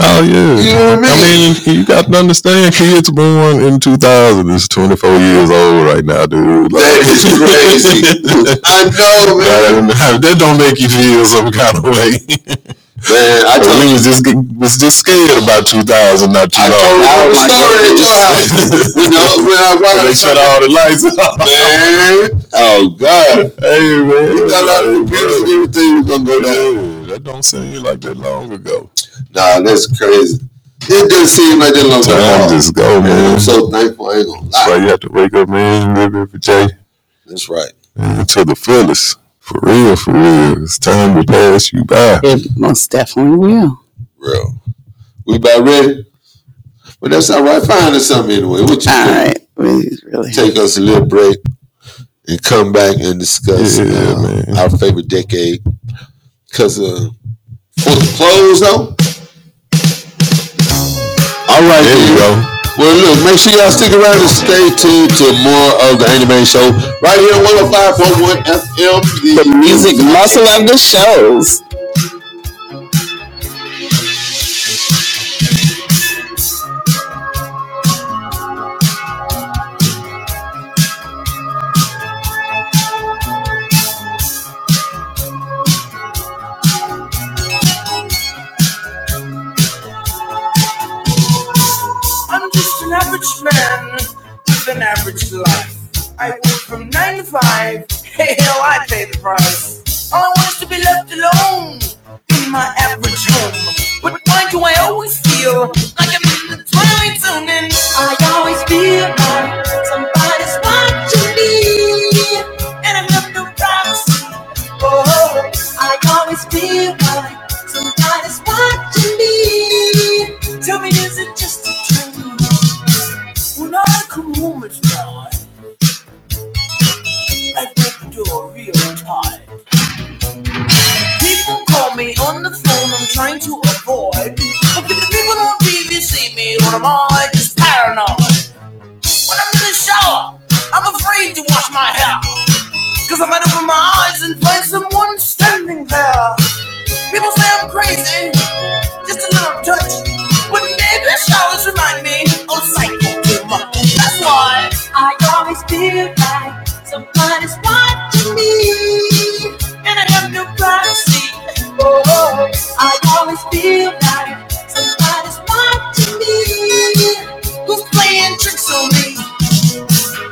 Speaker 3: Oh yeah.
Speaker 1: You know what I mean?
Speaker 3: I mean, you got to understand, kids born in 2000 is 24 years old right now, dude. Like-
Speaker 1: that is crazy. I know, man.
Speaker 3: [LAUGHS] That that don't make you feel some kind of way.
Speaker 1: Man, I told
Speaker 3: we was just was just scared about 2000 not too
Speaker 1: I told
Speaker 3: long.
Speaker 1: you the
Speaker 2: Oh, my
Speaker 1: story at your house. You know, [LAUGHS] when I walked
Speaker 3: They shut all the lights [LAUGHS] off.
Speaker 1: "Oh, Man, oh God,
Speaker 3: Hey man,
Speaker 1: you got out of the building,
Speaker 3: Hey, bro.
Speaker 1: everything was gonna go down.
Speaker 3: Dude, that don't seem like that long ago.
Speaker 1: Nah, that's crazy. It doesn't seem like that long ago.
Speaker 3: Time just go,
Speaker 1: Man,
Speaker 3: man.
Speaker 1: I'm so thankful. I ain't gonna
Speaker 3: That's why
Speaker 1: lie.
Speaker 3: you have to wake up, man, and live every day
Speaker 1: That's right.
Speaker 3: man, to the fullest. For real, for real. It's time to pass you by.
Speaker 2: It most definitely will.
Speaker 1: Real. We about ready? But that's all right. Find us something anyway. What you
Speaker 2: All
Speaker 1: think?
Speaker 2: right. We really.
Speaker 1: Take us a little break and come back and discuss
Speaker 3: Yeah,
Speaker 1: uh,
Speaker 3: man.
Speaker 1: our favorite decade. Cause uh, for the clothes though. All right,
Speaker 3: There
Speaker 1: then.
Speaker 3: you go.
Speaker 1: Well, look, make sure y'all stick around and stay tuned to more of the Anime Show right here on 105.1 FM.
Speaker 2: The music muscle of the shows.
Speaker 4: I'm just an average man with an average life. I work from nine to five. [LAUGHS] Hell, I pay the price. All I want is to be left alone in my average home. But why do I always feel like I'm in the twilight zone? And I always feel like somebody's watching me, and I'm left no privacy. Oh, I always feel like somebody's watching me. Tell me, is it just a dream? When I come home at night, I get the door real tight. People call me on the phone, I'm trying to avoid. But because people don't really see me, what am I? Just paranoid. When I'm in the shower, I'm afraid to wash my hair. Cause I might open my eyes and find someone standing there. People say I'm crazy, just a little touch. But maybe showers remind me of psycho too much. That's why I always feel like somebody's watching me. And I have no privacy. Oh, I always feel like somebody's watching me. Who's playing tricks on me?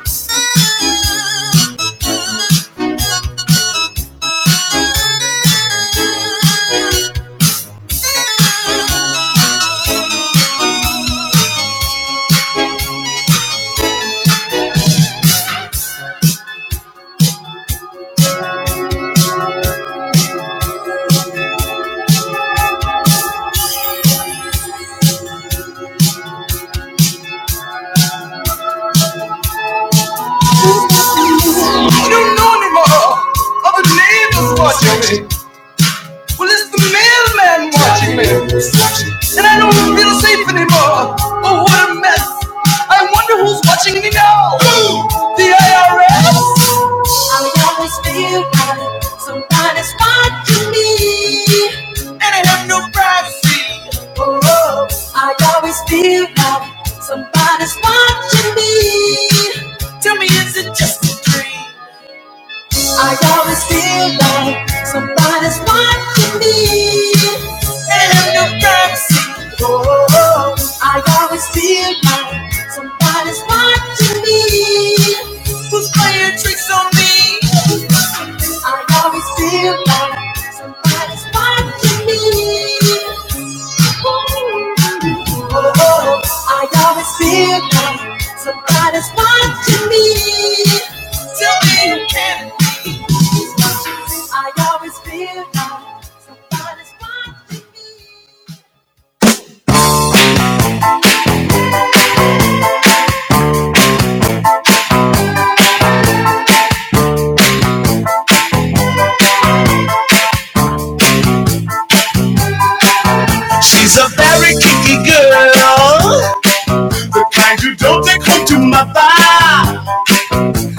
Speaker 4: You don't know anymore. All the neighbors watching me. Well, it's the mailman watching me. And I don't feel safe anymore. Oh, what a mess. I wonder who's watching me now.
Speaker 5: I always feel like somebody's watching me. And I'm no privacy. Oh, I always feel like somebody's watching me.
Speaker 4: Who's playing tricks on me?
Speaker 5: I always feel like somebody's watching me. Oh, I always feel like somebody's watching me.
Speaker 4: Tell me who can it be?
Speaker 5: I always feel like somebody's watching me.
Speaker 6: She's a very kinky girl, the kind you don't take home to my bar.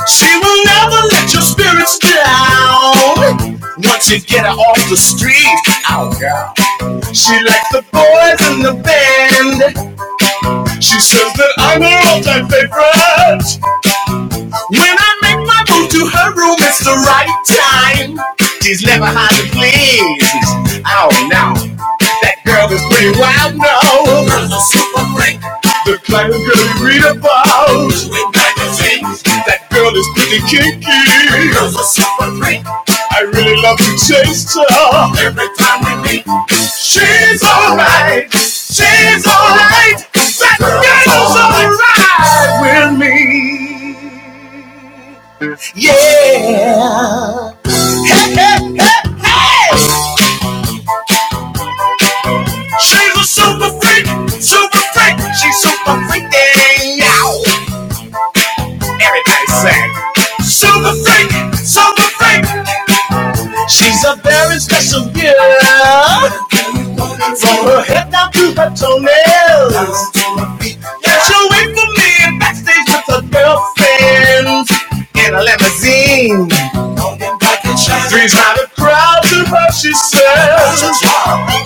Speaker 6: She will never let your spirits down. Once you get her off the street, oh girl, she likes the boys in the band. She says that I'm her all-time favorite. When I make my move to her room, it's the right time. She's never hard to please. Oh no, that girl is pretty wild. No,
Speaker 4: Girls are super freak.
Speaker 6: the kind of girl you read about.
Speaker 4: Doing magazines.
Speaker 6: That girl is pretty
Speaker 4: Girls
Speaker 6: kinky.
Speaker 4: are super freak.
Speaker 6: I really love to taste her.
Speaker 4: Every time we meet.
Speaker 6: She's alright. She's alright. That girl's alright with me. Yeah. Hey, hey, hey, hey. She's a super freak, super freak. She's super freaking out. Everybody say, super freak, super freak. She's a very special girl. From her head down to her toenails. Yeah, she'll wait for me backstage with her girlfriends in a limousine. Three's not a crowd to her, she says.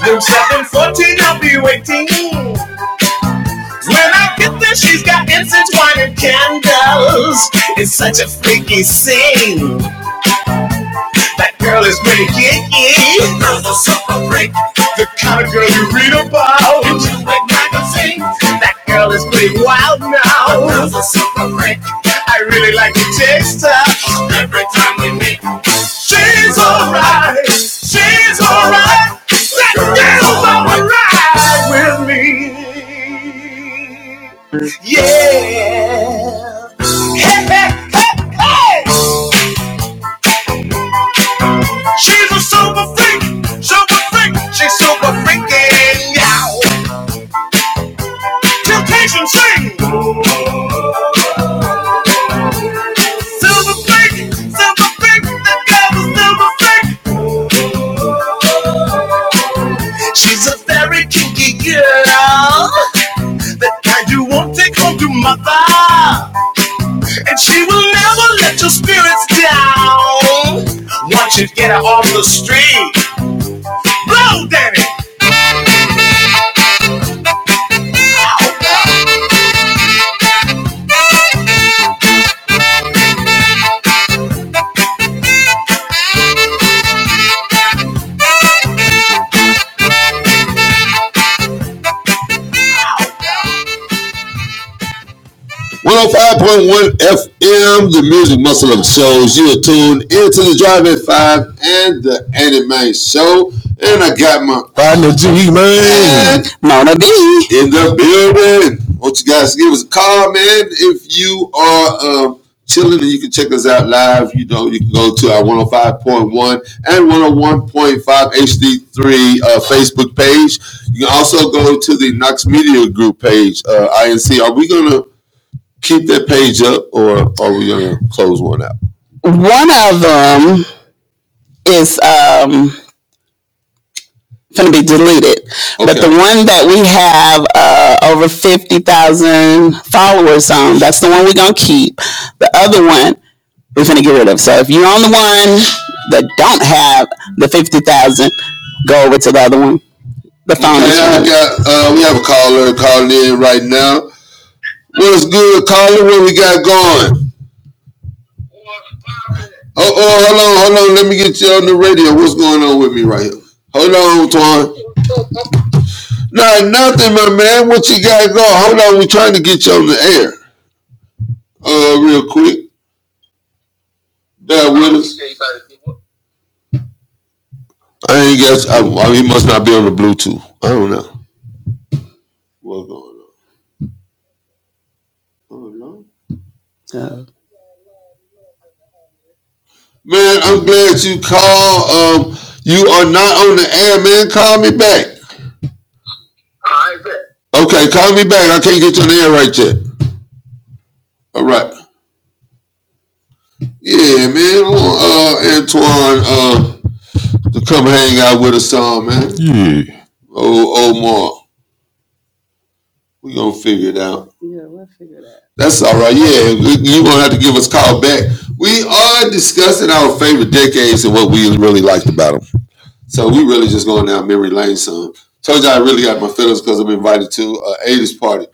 Speaker 6: Them 714, I'll be waiting. When I get there, she's got intertwined candles. It's such a freaky scene. That girl is pretty kinky.
Speaker 4: Girls are super freak.
Speaker 6: The kind of girl you read about.
Speaker 4: Doing magazines.
Speaker 6: That girl is pretty wild
Speaker 4: Girls
Speaker 6: now.
Speaker 4: are super freak.
Speaker 6: I really like to taste her.
Speaker 4: Every time we meet.
Speaker 6: She's alright. She's alright. That girl's alright with me. Yeah. Hey, hey, hey, hey. She's a super freak. Super freak. She's super freaking out. Temptation sing. Silver freak, silver freak, that girl is silver freak. She's a very kinky girl, the kind you won't take home to mother. And she will never let your spirits down. Once you get her off the street, blow, Danny.
Speaker 1: One hundred five point one FM, the music muscle of shows. You are tuned into the Drive at Five and the Anime Show, and I got my
Speaker 3: Partner G, man.
Speaker 1: man
Speaker 2: Mona B.
Speaker 1: in the building. Won't you guys give us a call, man? If you are um, chilling and you can check us out live, you know, you can go to our 105.1 and 101.5 HD3 uh, Facebook page. You can also go to the Knox Media Group page, uh, INC. Are we going to keep that page up or are we going to close one out?
Speaker 2: One of them is um gonna be deleted, but
Speaker 1: Okay.
Speaker 2: the one that we have uh, over fifty thousand followers on, that's the one we're gonna keep. The other one we're gonna get rid of. So if you're on the one that don't have the fifty thousand, go over to the other one. The phone is
Speaker 1: Yeah, I
Speaker 2: one.
Speaker 1: got, uh, we have a caller calling in right now. What's good, caller? What we got going? Oh, oh, hold on, hold on. Let me get you on the radio. What's going on with me right here? Hold on, Twan. Nah, nothing, my man. What you got going? Hold on, we're trying to get you on the air. Uh, real quick. That with us. I ain't guess. I, I he must not be on the Bluetooth. I don't know. What's going on? Oh no.
Speaker 2: Oh.
Speaker 1: Man, I'm glad you called. Um, you are not on the air, man. Call me back.
Speaker 6: I bet.
Speaker 1: Okay, call me back. I can't get you on the air right yet. All right. Yeah, man. I want uh, Antoine uh, to come hang out with us all, man.
Speaker 3: Yeah. [LAUGHS]
Speaker 1: Oh, Omar. we going to figure it out.
Speaker 2: Yeah, we'll figure that.
Speaker 1: That's all right. Yeah, you're gonna have to give us a call back. We are discussing our favorite decades and what we really liked about them. So we really just going down memory lane. Some told you I really got my feelings because I'm invited to a 80s party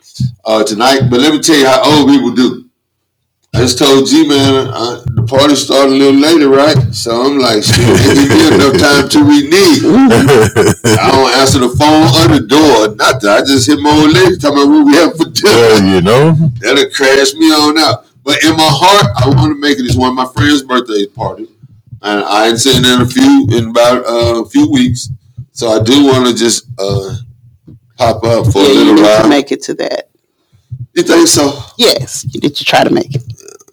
Speaker 1: uh, tonight. But let me tell you how old people do. I just told G man uh, the party started a little later, right? So I'm like, shit, ain't give me enough time to renege. I don't answer the phone on the door, nothing. I just hit my old lady talking about what we have for dinner
Speaker 3: well, you know.
Speaker 1: that'll crash me on out. But in my heart, I want to make it. It's one of my friend's birthday party, and I ain't sitting in a few in about uh, a few weeks, so I do want to just uh, pop up for a
Speaker 2: Yeah, you
Speaker 1: little
Speaker 2: need to
Speaker 1: while.
Speaker 2: make it to that.
Speaker 1: you think so?
Speaker 2: Yes, you need to try to make it.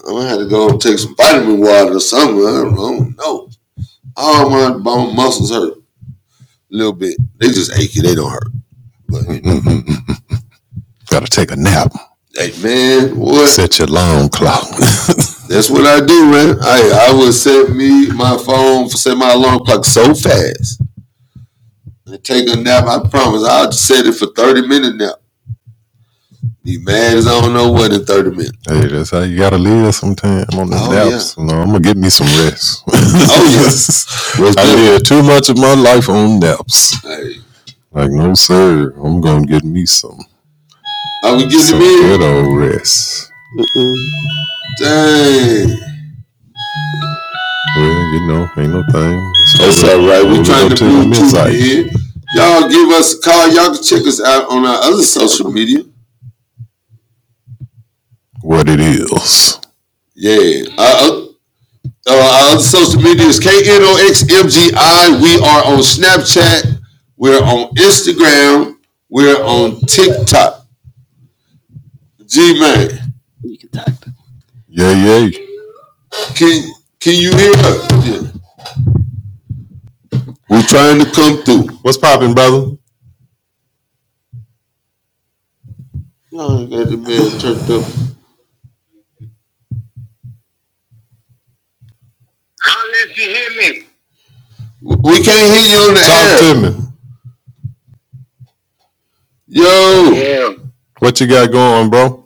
Speaker 1: I'm gonna have to go and take some vitamin water or something. I don't, I don't know. All my bone muscles hurt a little bit. They just achy. They don't hurt. But
Speaker 3: [LAUGHS] Gotta take a nap.
Speaker 1: hey, man, what?
Speaker 3: Set your alarm clock. [LAUGHS]
Speaker 1: That's what I do, man. I I would set me my phone, set my alarm clock so fast, and take a nap. I promise, I'll just set it for thirty minute nap. Be mad as I don't know what in thirty minutes.
Speaker 3: hey, that's how you gotta live sometime on the
Speaker 1: Oh,
Speaker 3: naps. You know, I'm gonna get me some rest. [LAUGHS]
Speaker 1: Oh yes, What's
Speaker 3: I
Speaker 1: that?
Speaker 3: live too much of my life on naps.
Speaker 1: Hey,
Speaker 3: Like, no, sir. I'm gonna get me some,
Speaker 1: I would get
Speaker 3: some
Speaker 1: him in.
Speaker 3: good old rest.
Speaker 1: Dang,
Speaker 3: Well, you know, ain't no thing.
Speaker 1: that's all right. We
Speaker 3: Hold it
Speaker 1: trying
Speaker 3: up
Speaker 1: to
Speaker 3: till
Speaker 1: move to
Speaker 3: midnight.
Speaker 1: the head. Y'all give us a call. Y'all can check us out on our other social media.
Speaker 3: What it is.
Speaker 1: Yeah. Uh, uh, our other social media is KNOXMGI. We are on Snapchat. We're on Instagram. We're on TikTok. G Man,
Speaker 2: You can talk.
Speaker 3: Yeah, yeah.
Speaker 1: can can you hear us? Yeah. We're trying to come through.
Speaker 3: What's popping, brother?
Speaker 1: No, I got the man turned up.
Speaker 6: Unless you hear me.
Speaker 1: We can't hear you on the
Speaker 3: Talk
Speaker 1: air.
Speaker 3: to me.
Speaker 1: Yo,
Speaker 6: Yeah.
Speaker 3: What you got
Speaker 1: [LAUGHS]
Speaker 3: going, bro?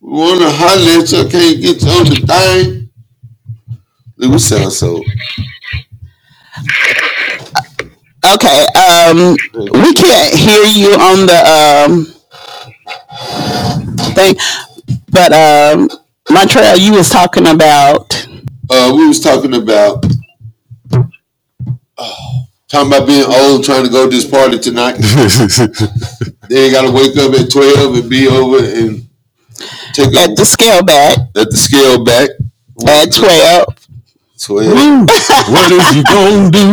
Speaker 1: we wanna holler at you. I can't get you on the thing. Look, we sound so.
Speaker 2: Okay. Um, we can't hear you on the um thing, but um, Montreal, you was talking about
Speaker 1: uh, we was talking about oh, talking about being old, trying to go to this party tonight. They got to wake up at twelve and be over and take a,
Speaker 2: at the scale back
Speaker 1: at the scale back
Speaker 2: at twelve.
Speaker 1: Twelve.
Speaker 3: what is you gonna do?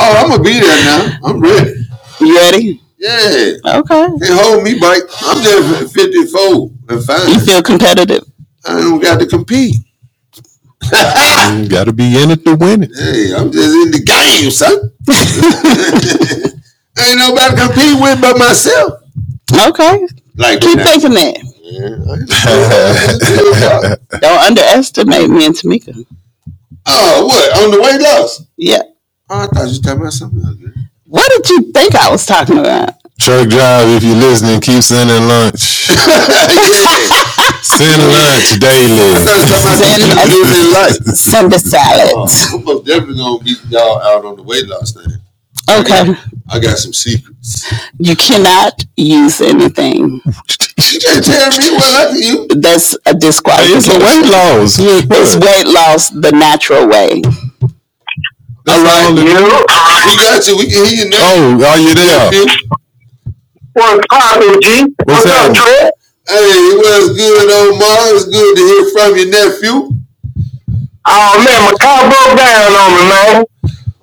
Speaker 1: Oh, I'm gonna be there now. I'm ready.
Speaker 2: You ready?
Speaker 1: Yeah,
Speaker 2: Okay.
Speaker 1: they hold me, Mike. I'm there for fifty four and
Speaker 2: You
Speaker 1: fine.
Speaker 2: feel competitive?
Speaker 1: I don't got to compete.
Speaker 3: You gotta be in it to win it.
Speaker 1: Hey, I'm just in the game,
Speaker 2: [LAUGHS]
Speaker 1: son. [LAUGHS] Ain't nobody compete with but myself.
Speaker 2: Okay.
Speaker 1: Like
Speaker 2: Keep
Speaker 1: that.
Speaker 2: thinking that.
Speaker 1: oh,
Speaker 2: Don't underestimate me and Tamika.
Speaker 1: [LAUGHS] Ah, what? On the weight loss?
Speaker 2: Yeah.
Speaker 1: Oh, I thought you were talking about something else. [LAUGHS] girl.
Speaker 2: What did you think I was talking about?
Speaker 3: Truck drive, if you're listening, keep sending lunch.
Speaker 1: yeah.
Speaker 3: Send lunch
Speaker 1: I
Speaker 3: daily.
Speaker 1: thought you were talking
Speaker 2: Zen-
Speaker 1: about something you live in life.
Speaker 2: Sunday salads.
Speaker 1: Oh. I'm most definitely going to meet y'all out on the weight loss thing.
Speaker 2: Okay.
Speaker 1: I got some secrets.
Speaker 2: You cannot use anything.
Speaker 1: [LAUGHS] You can't tell me what I do.
Speaker 2: That's a
Speaker 3: It's a
Speaker 2: disqualification.
Speaker 3: weight loss. Look,
Speaker 2: [LAUGHS] It's
Speaker 3: look.
Speaker 2: weight loss the natural way.
Speaker 1: All right, we got you. We can hear you now.
Speaker 3: Oh, are you there?
Speaker 7: What's poppin', G?
Speaker 3: What's
Speaker 7: up,
Speaker 3: happening?
Speaker 7: Trey?
Speaker 1: Hey, what's good, Omar? It's good to hear from your nephew.
Speaker 7: Oh, man, my car broke down on me, man.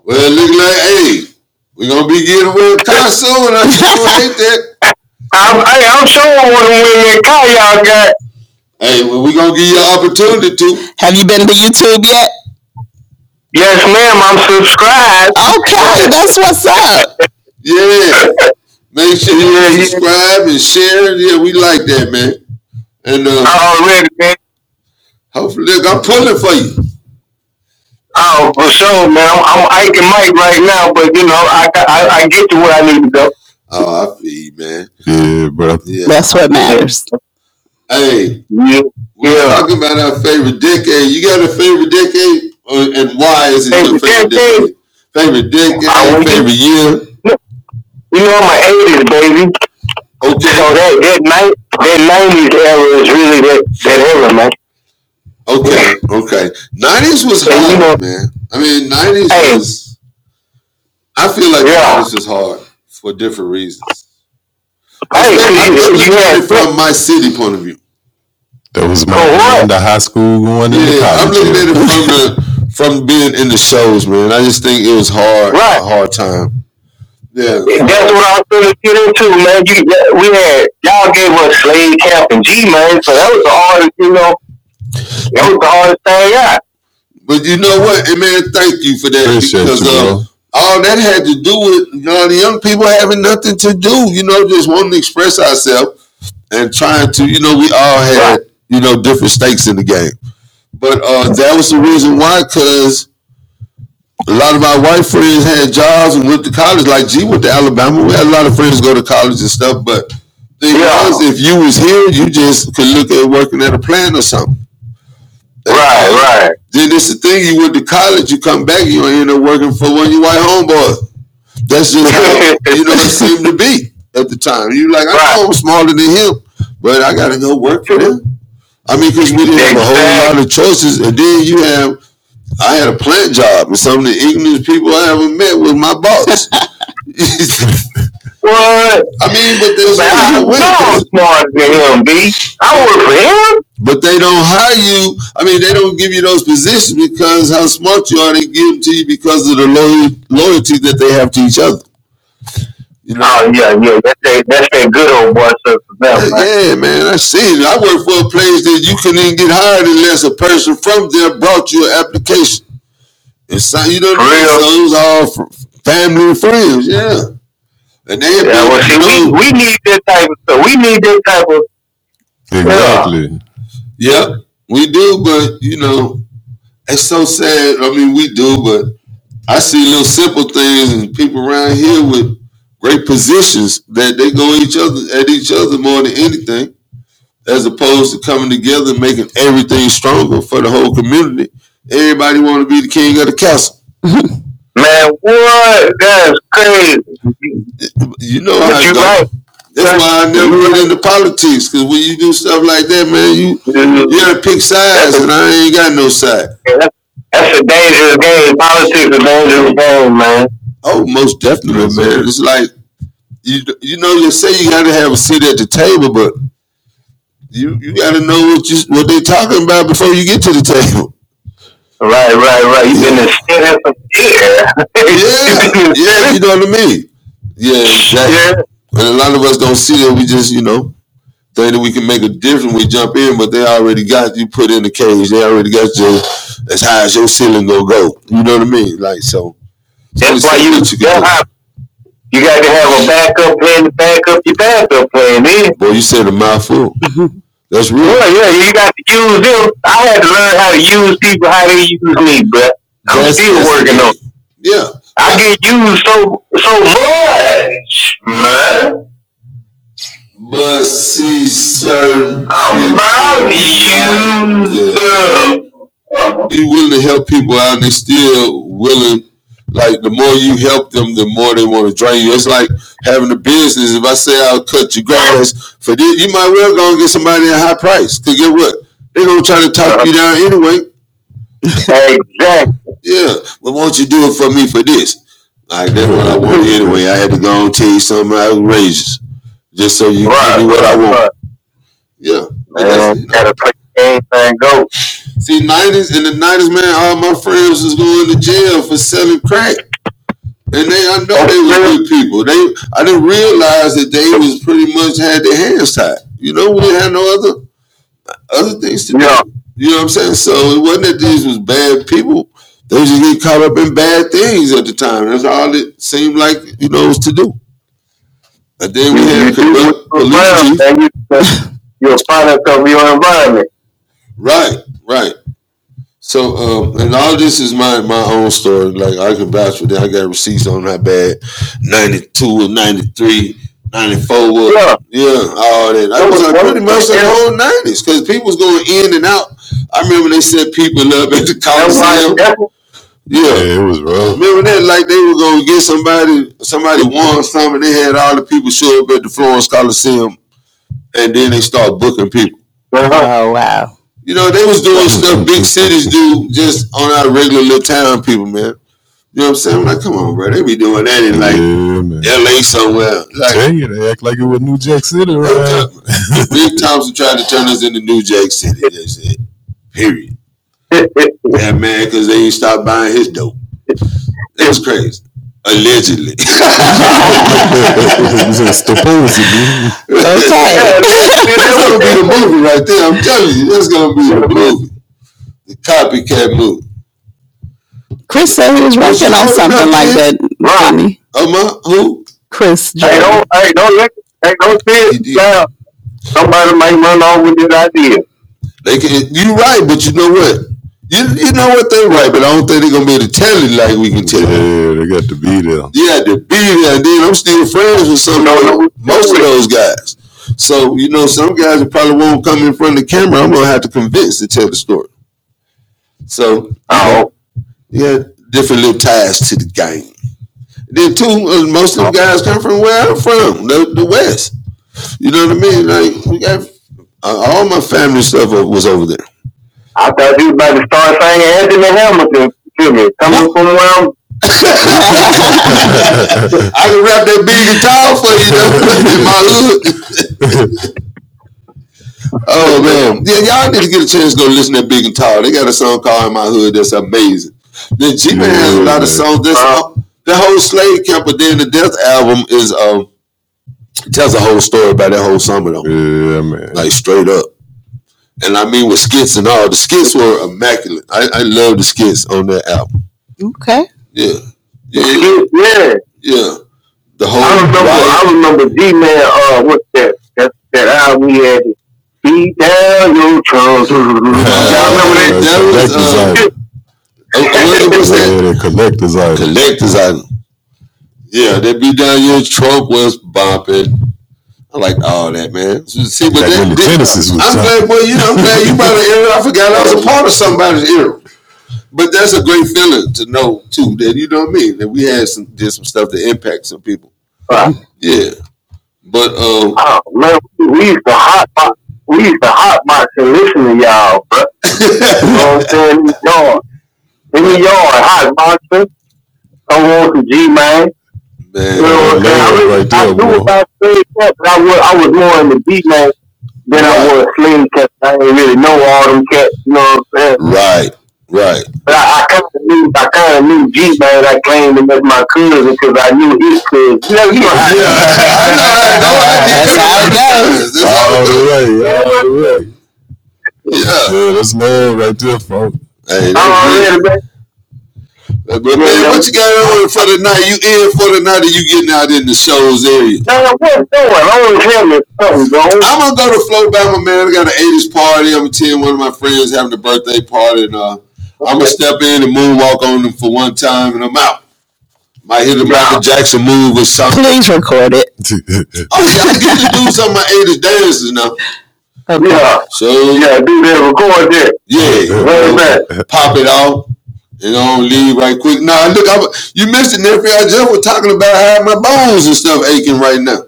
Speaker 1: Well, it look like, hey, we're gonna be getting away with
Speaker 7: [LAUGHS]
Speaker 1: car soon. I sure hate that.
Speaker 7: I'm, hey, I'm showing one of them women car y'all got.
Speaker 1: Hey, well, we gonna give you an opportunity to.
Speaker 2: Have you been to YouTube yet?
Speaker 7: Yes, ma'am, I'm subscribed.
Speaker 2: Okay, that's what's up.
Speaker 1: Yeah. Make sure you subscribe and share. Yeah, we like that, man. And uh,
Speaker 7: I already, man.
Speaker 1: hopefully, look, I'm pulling for you.
Speaker 7: Oh, for sure, man. I'm, I'm Ike and Mike right now, but, you know, I, got- I, I get to where I need to go.
Speaker 1: Oh, I feel you, man.
Speaker 3: Yeah, bro.
Speaker 1: Yeah.
Speaker 2: That's what matters.
Speaker 1: Hey,
Speaker 7: Yeah.
Speaker 1: we're
Speaker 7: Yeah.
Speaker 1: talking about our favorite decade. You got a favorite decade, Or- and why is it your
Speaker 7: Favorite
Speaker 1: favorite decade?
Speaker 7: decade?
Speaker 1: Favorite
Speaker 7: I
Speaker 1: decade,
Speaker 7: wouldn't-
Speaker 1: favorite year.
Speaker 7: You know, I'm an 80s baby. So
Speaker 1: Okay,
Speaker 7: that, that, night, that 90s era is really that, that era, man.
Speaker 1: okay, okay. Nineties was
Speaker 7: Hey, you know-
Speaker 1: hard, man. I mean, nineties
Speaker 7: Hey.
Speaker 1: was. I feel like
Speaker 7: Yeah.
Speaker 1: nineties was hard for different reasons.
Speaker 7: Hey,
Speaker 1: I'm
Speaker 7: you, you
Speaker 1: looking
Speaker 7: had
Speaker 1: from my city point of view.
Speaker 3: That was my
Speaker 7: Oh, what?
Speaker 3: going to high school, going into
Speaker 1: Yeah, I'm
Speaker 3: college.
Speaker 1: looking at
Speaker 3: yeah.
Speaker 1: it from the from being in the shows, man. I just think it was hard,
Speaker 7: Right.
Speaker 1: a hard time. Yeah,
Speaker 7: That's what I was gonna get into, man. You, that- we had y'all gave us slave camp and G man, so that was the hardest, you know. That was the hardest thing, yeah.
Speaker 1: but you know what, and man, thank you for that
Speaker 3: Appreciate
Speaker 1: because
Speaker 3: you,
Speaker 1: uh,
Speaker 3: bro.
Speaker 1: all that had to do with you know the young people having nothing to do, you know, just wanting to express ourselves and trying to, you know, we all had you know different stakes in the game, but uh, that was the reason why because. A lot of my white friends had jobs and went to college. Like G went to Alabama. We had a lot of friends go to college and stuff. But thing
Speaker 7: Yeah.
Speaker 1: was, if you was here, you just could look at working at a plant or something.
Speaker 7: Right, right.
Speaker 1: Then it's the thing. You went to college. You come back. You end up working for one of your white homeboys. That's just
Speaker 7: [LAUGHS]
Speaker 1: how you know it seemed to be at the time. You like I know I'm smarter than him, but I gotta go work for him. I mean, because we didn't have a whole lot of choices, and then you have. I had a plant job, and some of the ignorant people I ever met was my boss. [LAUGHS]
Speaker 7: What?
Speaker 1: I mean, but there's
Speaker 7: Man, I
Speaker 1: no
Speaker 7: know
Speaker 1: way.
Speaker 7: I'm
Speaker 1: 'cause-
Speaker 7: smarter than him, B. I work for him.
Speaker 1: But they don't hire you. I mean, they don't give you those positions because how smart you are. They give them to you because of the lo- loyalty that they have to each other. You know?
Speaker 7: Oh yeah, yeah. That's that that's that good old boy stuff for them, man.
Speaker 1: Yeah, man, I seen it. I work for a place that you couldn't even get hired unless a person from there brought you an application. And so, you know, what I mean?
Speaker 7: Real?
Speaker 1: so it was all fr- family and friends, yeah. And they had
Speaker 7: Yeah, well see we, we need that type of stuff. We need that type of
Speaker 3: Exactly.
Speaker 1: Yep, we do, but you know, it's so sad. I mean, we do, but I see little simple things and people around here with great positions that they go each other at each other more than anything, as opposed to coming together and making everything stronger for the whole community. Everybody want to be the king of the castle.
Speaker 7: man, what? That's crazy.
Speaker 1: You know how
Speaker 7: But you
Speaker 1: it go.
Speaker 7: right.
Speaker 1: That's why I never went into politics because when you do stuff like that, man, you you gotta pick sides, and I ain't got no side.
Speaker 7: That's, that's a dangerous game. Politics is a dangerous game, man.
Speaker 1: Oh, most definitely, man. It's like you you know you say you got to have a seat at the table, but you you got to know what you what they talking about before you get to the
Speaker 7: [LAUGHS]
Speaker 1: table.
Speaker 7: Right, right, right. You've been in shit at some
Speaker 1: Yeah, yeah, you know what I mean. Yeah, exactly.
Speaker 7: [LAUGHS] yeah.
Speaker 1: And a lot of us don't see that. We just you know think that we can make a difference. We jump in, but they already got you put in the cage. They already got you as high as your ceiling gonna go. You know what I mean? Like so.
Speaker 7: That's
Speaker 1: so
Speaker 7: why you.
Speaker 1: it's-
Speaker 7: That's how, you got to have a backup plan to back up your backup plan. eh? Then,
Speaker 1: Boy, you said a
Speaker 7: [LAUGHS]
Speaker 1: mouthful. That's real.
Speaker 7: yeah, yeah, you got to use them. I had to learn how to use people how they use me, but I'm
Speaker 1: That's-
Speaker 7: still
Speaker 1: that's-
Speaker 7: working on. it.
Speaker 1: Yeah.
Speaker 7: I get used so so much, man.
Speaker 1: But see, sir,
Speaker 7: I'm used
Speaker 1: Yeah.
Speaker 7: up.
Speaker 1: be willing to help people out, and they still willing like the more you help them, the more they want to drain you. It's like having a business. If I say I'll cut your grass for this, you might well go and get somebody at a high price. Cause get what? They're gonna try to talk you down anyway.
Speaker 7: Exactly.
Speaker 1: Yeah, but won't you do it for me for this? Like that's what I want anyway. I had to go and tell you something outrageous, just so you give me what I want. Yeah. And that's-
Speaker 7: Man, you gotta play the game and go.
Speaker 1: See, nineties in the nineties, man, all my friends was going to jail for selling crack, and they I know they were good people. They I didn't realize that they was pretty much had their hands tied. You know, we didn't have no other other things to do.
Speaker 7: Yeah.
Speaker 1: You know what I'm saying? So it wasn't that these was bad people. They just get caught up in bad things at the time. That's all it seemed like you know was to do. And then we
Speaker 7: You
Speaker 1: had
Speaker 7: do what
Speaker 1: corrupt
Speaker 7: you're
Speaker 1: police
Speaker 7: around,
Speaker 1: chief.
Speaker 7: man. You- You're a product of your environment.
Speaker 1: Right, right. So, um, and all this is my my own story. Like I can vouch for that. I got receipts on how bad 92 or 93, 94 was.
Speaker 7: Yeah.
Speaker 1: Yeah, all that. I was like pretty much the whole 90s because people was going in and out. I remember they set people up at the
Speaker 7: That's why.
Speaker 1: Coliseum.
Speaker 7: That's what
Speaker 1: Yeah.
Speaker 3: Yeah, it was rough.
Speaker 1: Remember that, like they were gonna get somebody, somebody won something. They had all the people show up at the Florence Coliseum, and then they start booking people.
Speaker 7: uh-huh.
Speaker 2: Oh wow.
Speaker 1: You know, they was doing stuff big cities do just on our regular little town people, man. You know what I'm saying? I'm like, come on, bro. They be doing that in like
Speaker 3: yeah, man.
Speaker 1: LA somewhere. Like
Speaker 3: Dang it, they act like it was New Jack City, right?
Speaker 1: [LAUGHS]
Speaker 3: [LAUGHS]
Speaker 1: Big Thompson tried to turn us into New Jack City. That's it. Period. Yeah, man, because they ain't stopped buying his dope. That was crazy. Allegedly. [LAUGHS]
Speaker 3: Just supposedly.
Speaker 2: Okay.
Speaker 1: That's gonna be the movie right there. I'm telling you, that's gonna be the movie. The copycat movie.
Speaker 2: Chris said he was working on something like that. didn't he?
Speaker 1: Um, uh, who?
Speaker 2: Chris.
Speaker 7: Hey,
Speaker 2: Jordan.
Speaker 7: don't, hey, don't let, hey, don't
Speaker 1: He
Speaker 7: see it.
Speaker 1: did.
Speaker 7: Now, somebody might run off with this idea.
Speaker 1: They can. You right, but you know what? You you know what they right, but I don't think they're gonna be able to tell it like we can tell it.
Speaker 3: Yeah, they got to be there.
Speaker 1: Yeah, to be there, and then I'm still friends with some of those- most of those guys. So you know, some guys that probably won't come in front of the camera. I'm gonna have to convince to tell the story. So
Speaker 7: Oh,
Speaker 1: yeah, different little ties to the game. Then two, uh, most of the guys come from where I'm from, the, the West. You know what I mean? Like we got uh, all my family stuff was over there.
Speaker 7: I thought you was about to start saying Anthony Hamilton to me. Coming from where I'm
Speaker 1: I can rap that big guitar for you though in my hood. [LAUGHS] oh man, yeah, y'all need to get a chance to go listen to that big guitar. They got a song called "In My Hood" that's amazing. The G Man has a lot of songs. That's the whole Slave Camp, but then the Death album is um tells a whole story about that whole summer though,
Speaker 3: Yeah, man.
Speaker 1: like straight up. And I mean with skits and all. The skits were immaculate. I, I love the skits on that album.
Speaker 2: Okay.
Speaker 1: Yeah, yeah,
Speaker 7: yeah.
Speaker 1: yeah. The whole.
Speaker 3: Oh,
Speaker 7: I remember,
Speaker 1: ride-
Speaker 7: I remember D Man. Uh, what's that? That that album he had. Beat down your trunks.
Speaker 3: [LAUGHS]
Speaker 7: Y'all remember that?
Speaker 1: that was, uh,
Speaker 3: collector's item.
Speaker 1: Oh, [LAUGHS] what was that?
Speaker 3: Yeah, [LAUGHS] that collector's item.
Speaker 1: Collector's item. Yeah, that be down your trunk was bumping. I like all that, man. So, See, but
Speaker 3: Back when
Speaker 1: that,
Speaker 3: the
Speaker 1: that-
Speaker 3: Genesis was
Speaker 1: I'm
Speaker 3: jumping.
Speaker 1: glad, well, you know, I'm glad you brought an era. I forgot I was a part of somebody's era. But that's a great feeling to know too that you know what I mean that we had some did some stuff to impact some people.
Speaker 7: Right.
Speaker 1: Yeah, but um, [LAUGHS]
Speaker 7: Oh man, we used to hot box. We used to hot box and listen to y'all, bro. You know what I'm saying? In the yard, in the yard, hot boxing. Someone to G Man. You
Speaker 1: man,
Speaker 7: know what I'm saying? I, really,
Speaker 3: Right there,
Speaker 7: I
Speaker 3: boy.
Speaker 7: knew about Sling Cat, but I was, I was more in the beat man than I was Sling Cat. I didn't really know all them cats. You know what I'm saying?
Speaker 1: right, right,
Speaker 7: But I, I kind of knew, I kind of knew G man. I claimed him as my cousin because I knew his cousin. You know, you know how
Speaker 1: yeah. [LAUGHS] I know, I know, I did.
Speaker 2: That's how it goes.
Speaker 1: That's how
Speaker 3: All
Speaker 1: it [LAUGHS] goes.
Speaker 3: right, all right.
Speaker 1: Yeah.
Speaker 3: Yeah, that's man right there, folks. [LAUGHS]
Speaker 1: Hey,
Speaker 7: I
Speaker 1: that's
Speaker 7: already, man.
Speaker 1: But man, what you got on for the night? You in for the night or you getting out in the shows area?
Speaker 7: Man, what's going on with him is something, bro.
Speaker 1: I'm gonna go to Flow Bama, man. I got an 80s party. I'm attending one of my friends having a birthday party, and uh, I'm gonna step in and moonwalk on them for one time, and I'm out. Might hit a Michael Jackson move or something.
Speaker 2: Please record it.
Speaker 1: Oh, yeah, I get to do some of my 80s dances now.
Speaker 2: Okay.
Speaker 7: Yeah,
Speaker 1: So,
Speaker 7: yeah, do that, record that,
Speaker 1: yeah,
Speaker 7: run it back.
Speaker 1: pop it off. and I don't leave right quick. Nah, look, I, you missed it, nephew. I just was talking about how my bones and stuff aching right now.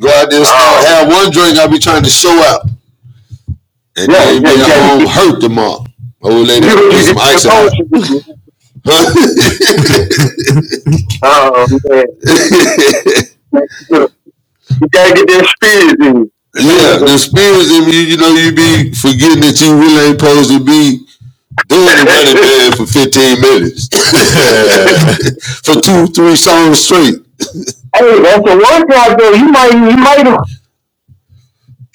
Speaker 1: Go out there and
Speaker 7: Oh.
Speaker 1: start, have one drink, I'll be trying to show out. And
Speaker 7: Yeah,
Speaker 1: then
Speaker 7: yeah,
Speaker 1: be
Speaker 7: yeah.
Speaker 1: home hurt tomorrow. Old lady,
Speaker 7: You,
Speaker 1: put
Speaker 7: you
Speaker 1: some ice out.
Speaker 7: oh, man.
Speaker 1: Huh?
Speaker 7: You gotta get that spirit in you.
Speaker 1: [LAUGHS] Yeah, the spirits in you, you know, you be forgetting that you really ain't supposed to be doing the running man for 15
Speaker 7: [LAUGHS]
Speaker 1: minutes. [LAUGHS] for two, three songs straight.
Speaker 7: Hey, that's a workout though. You might, you might have.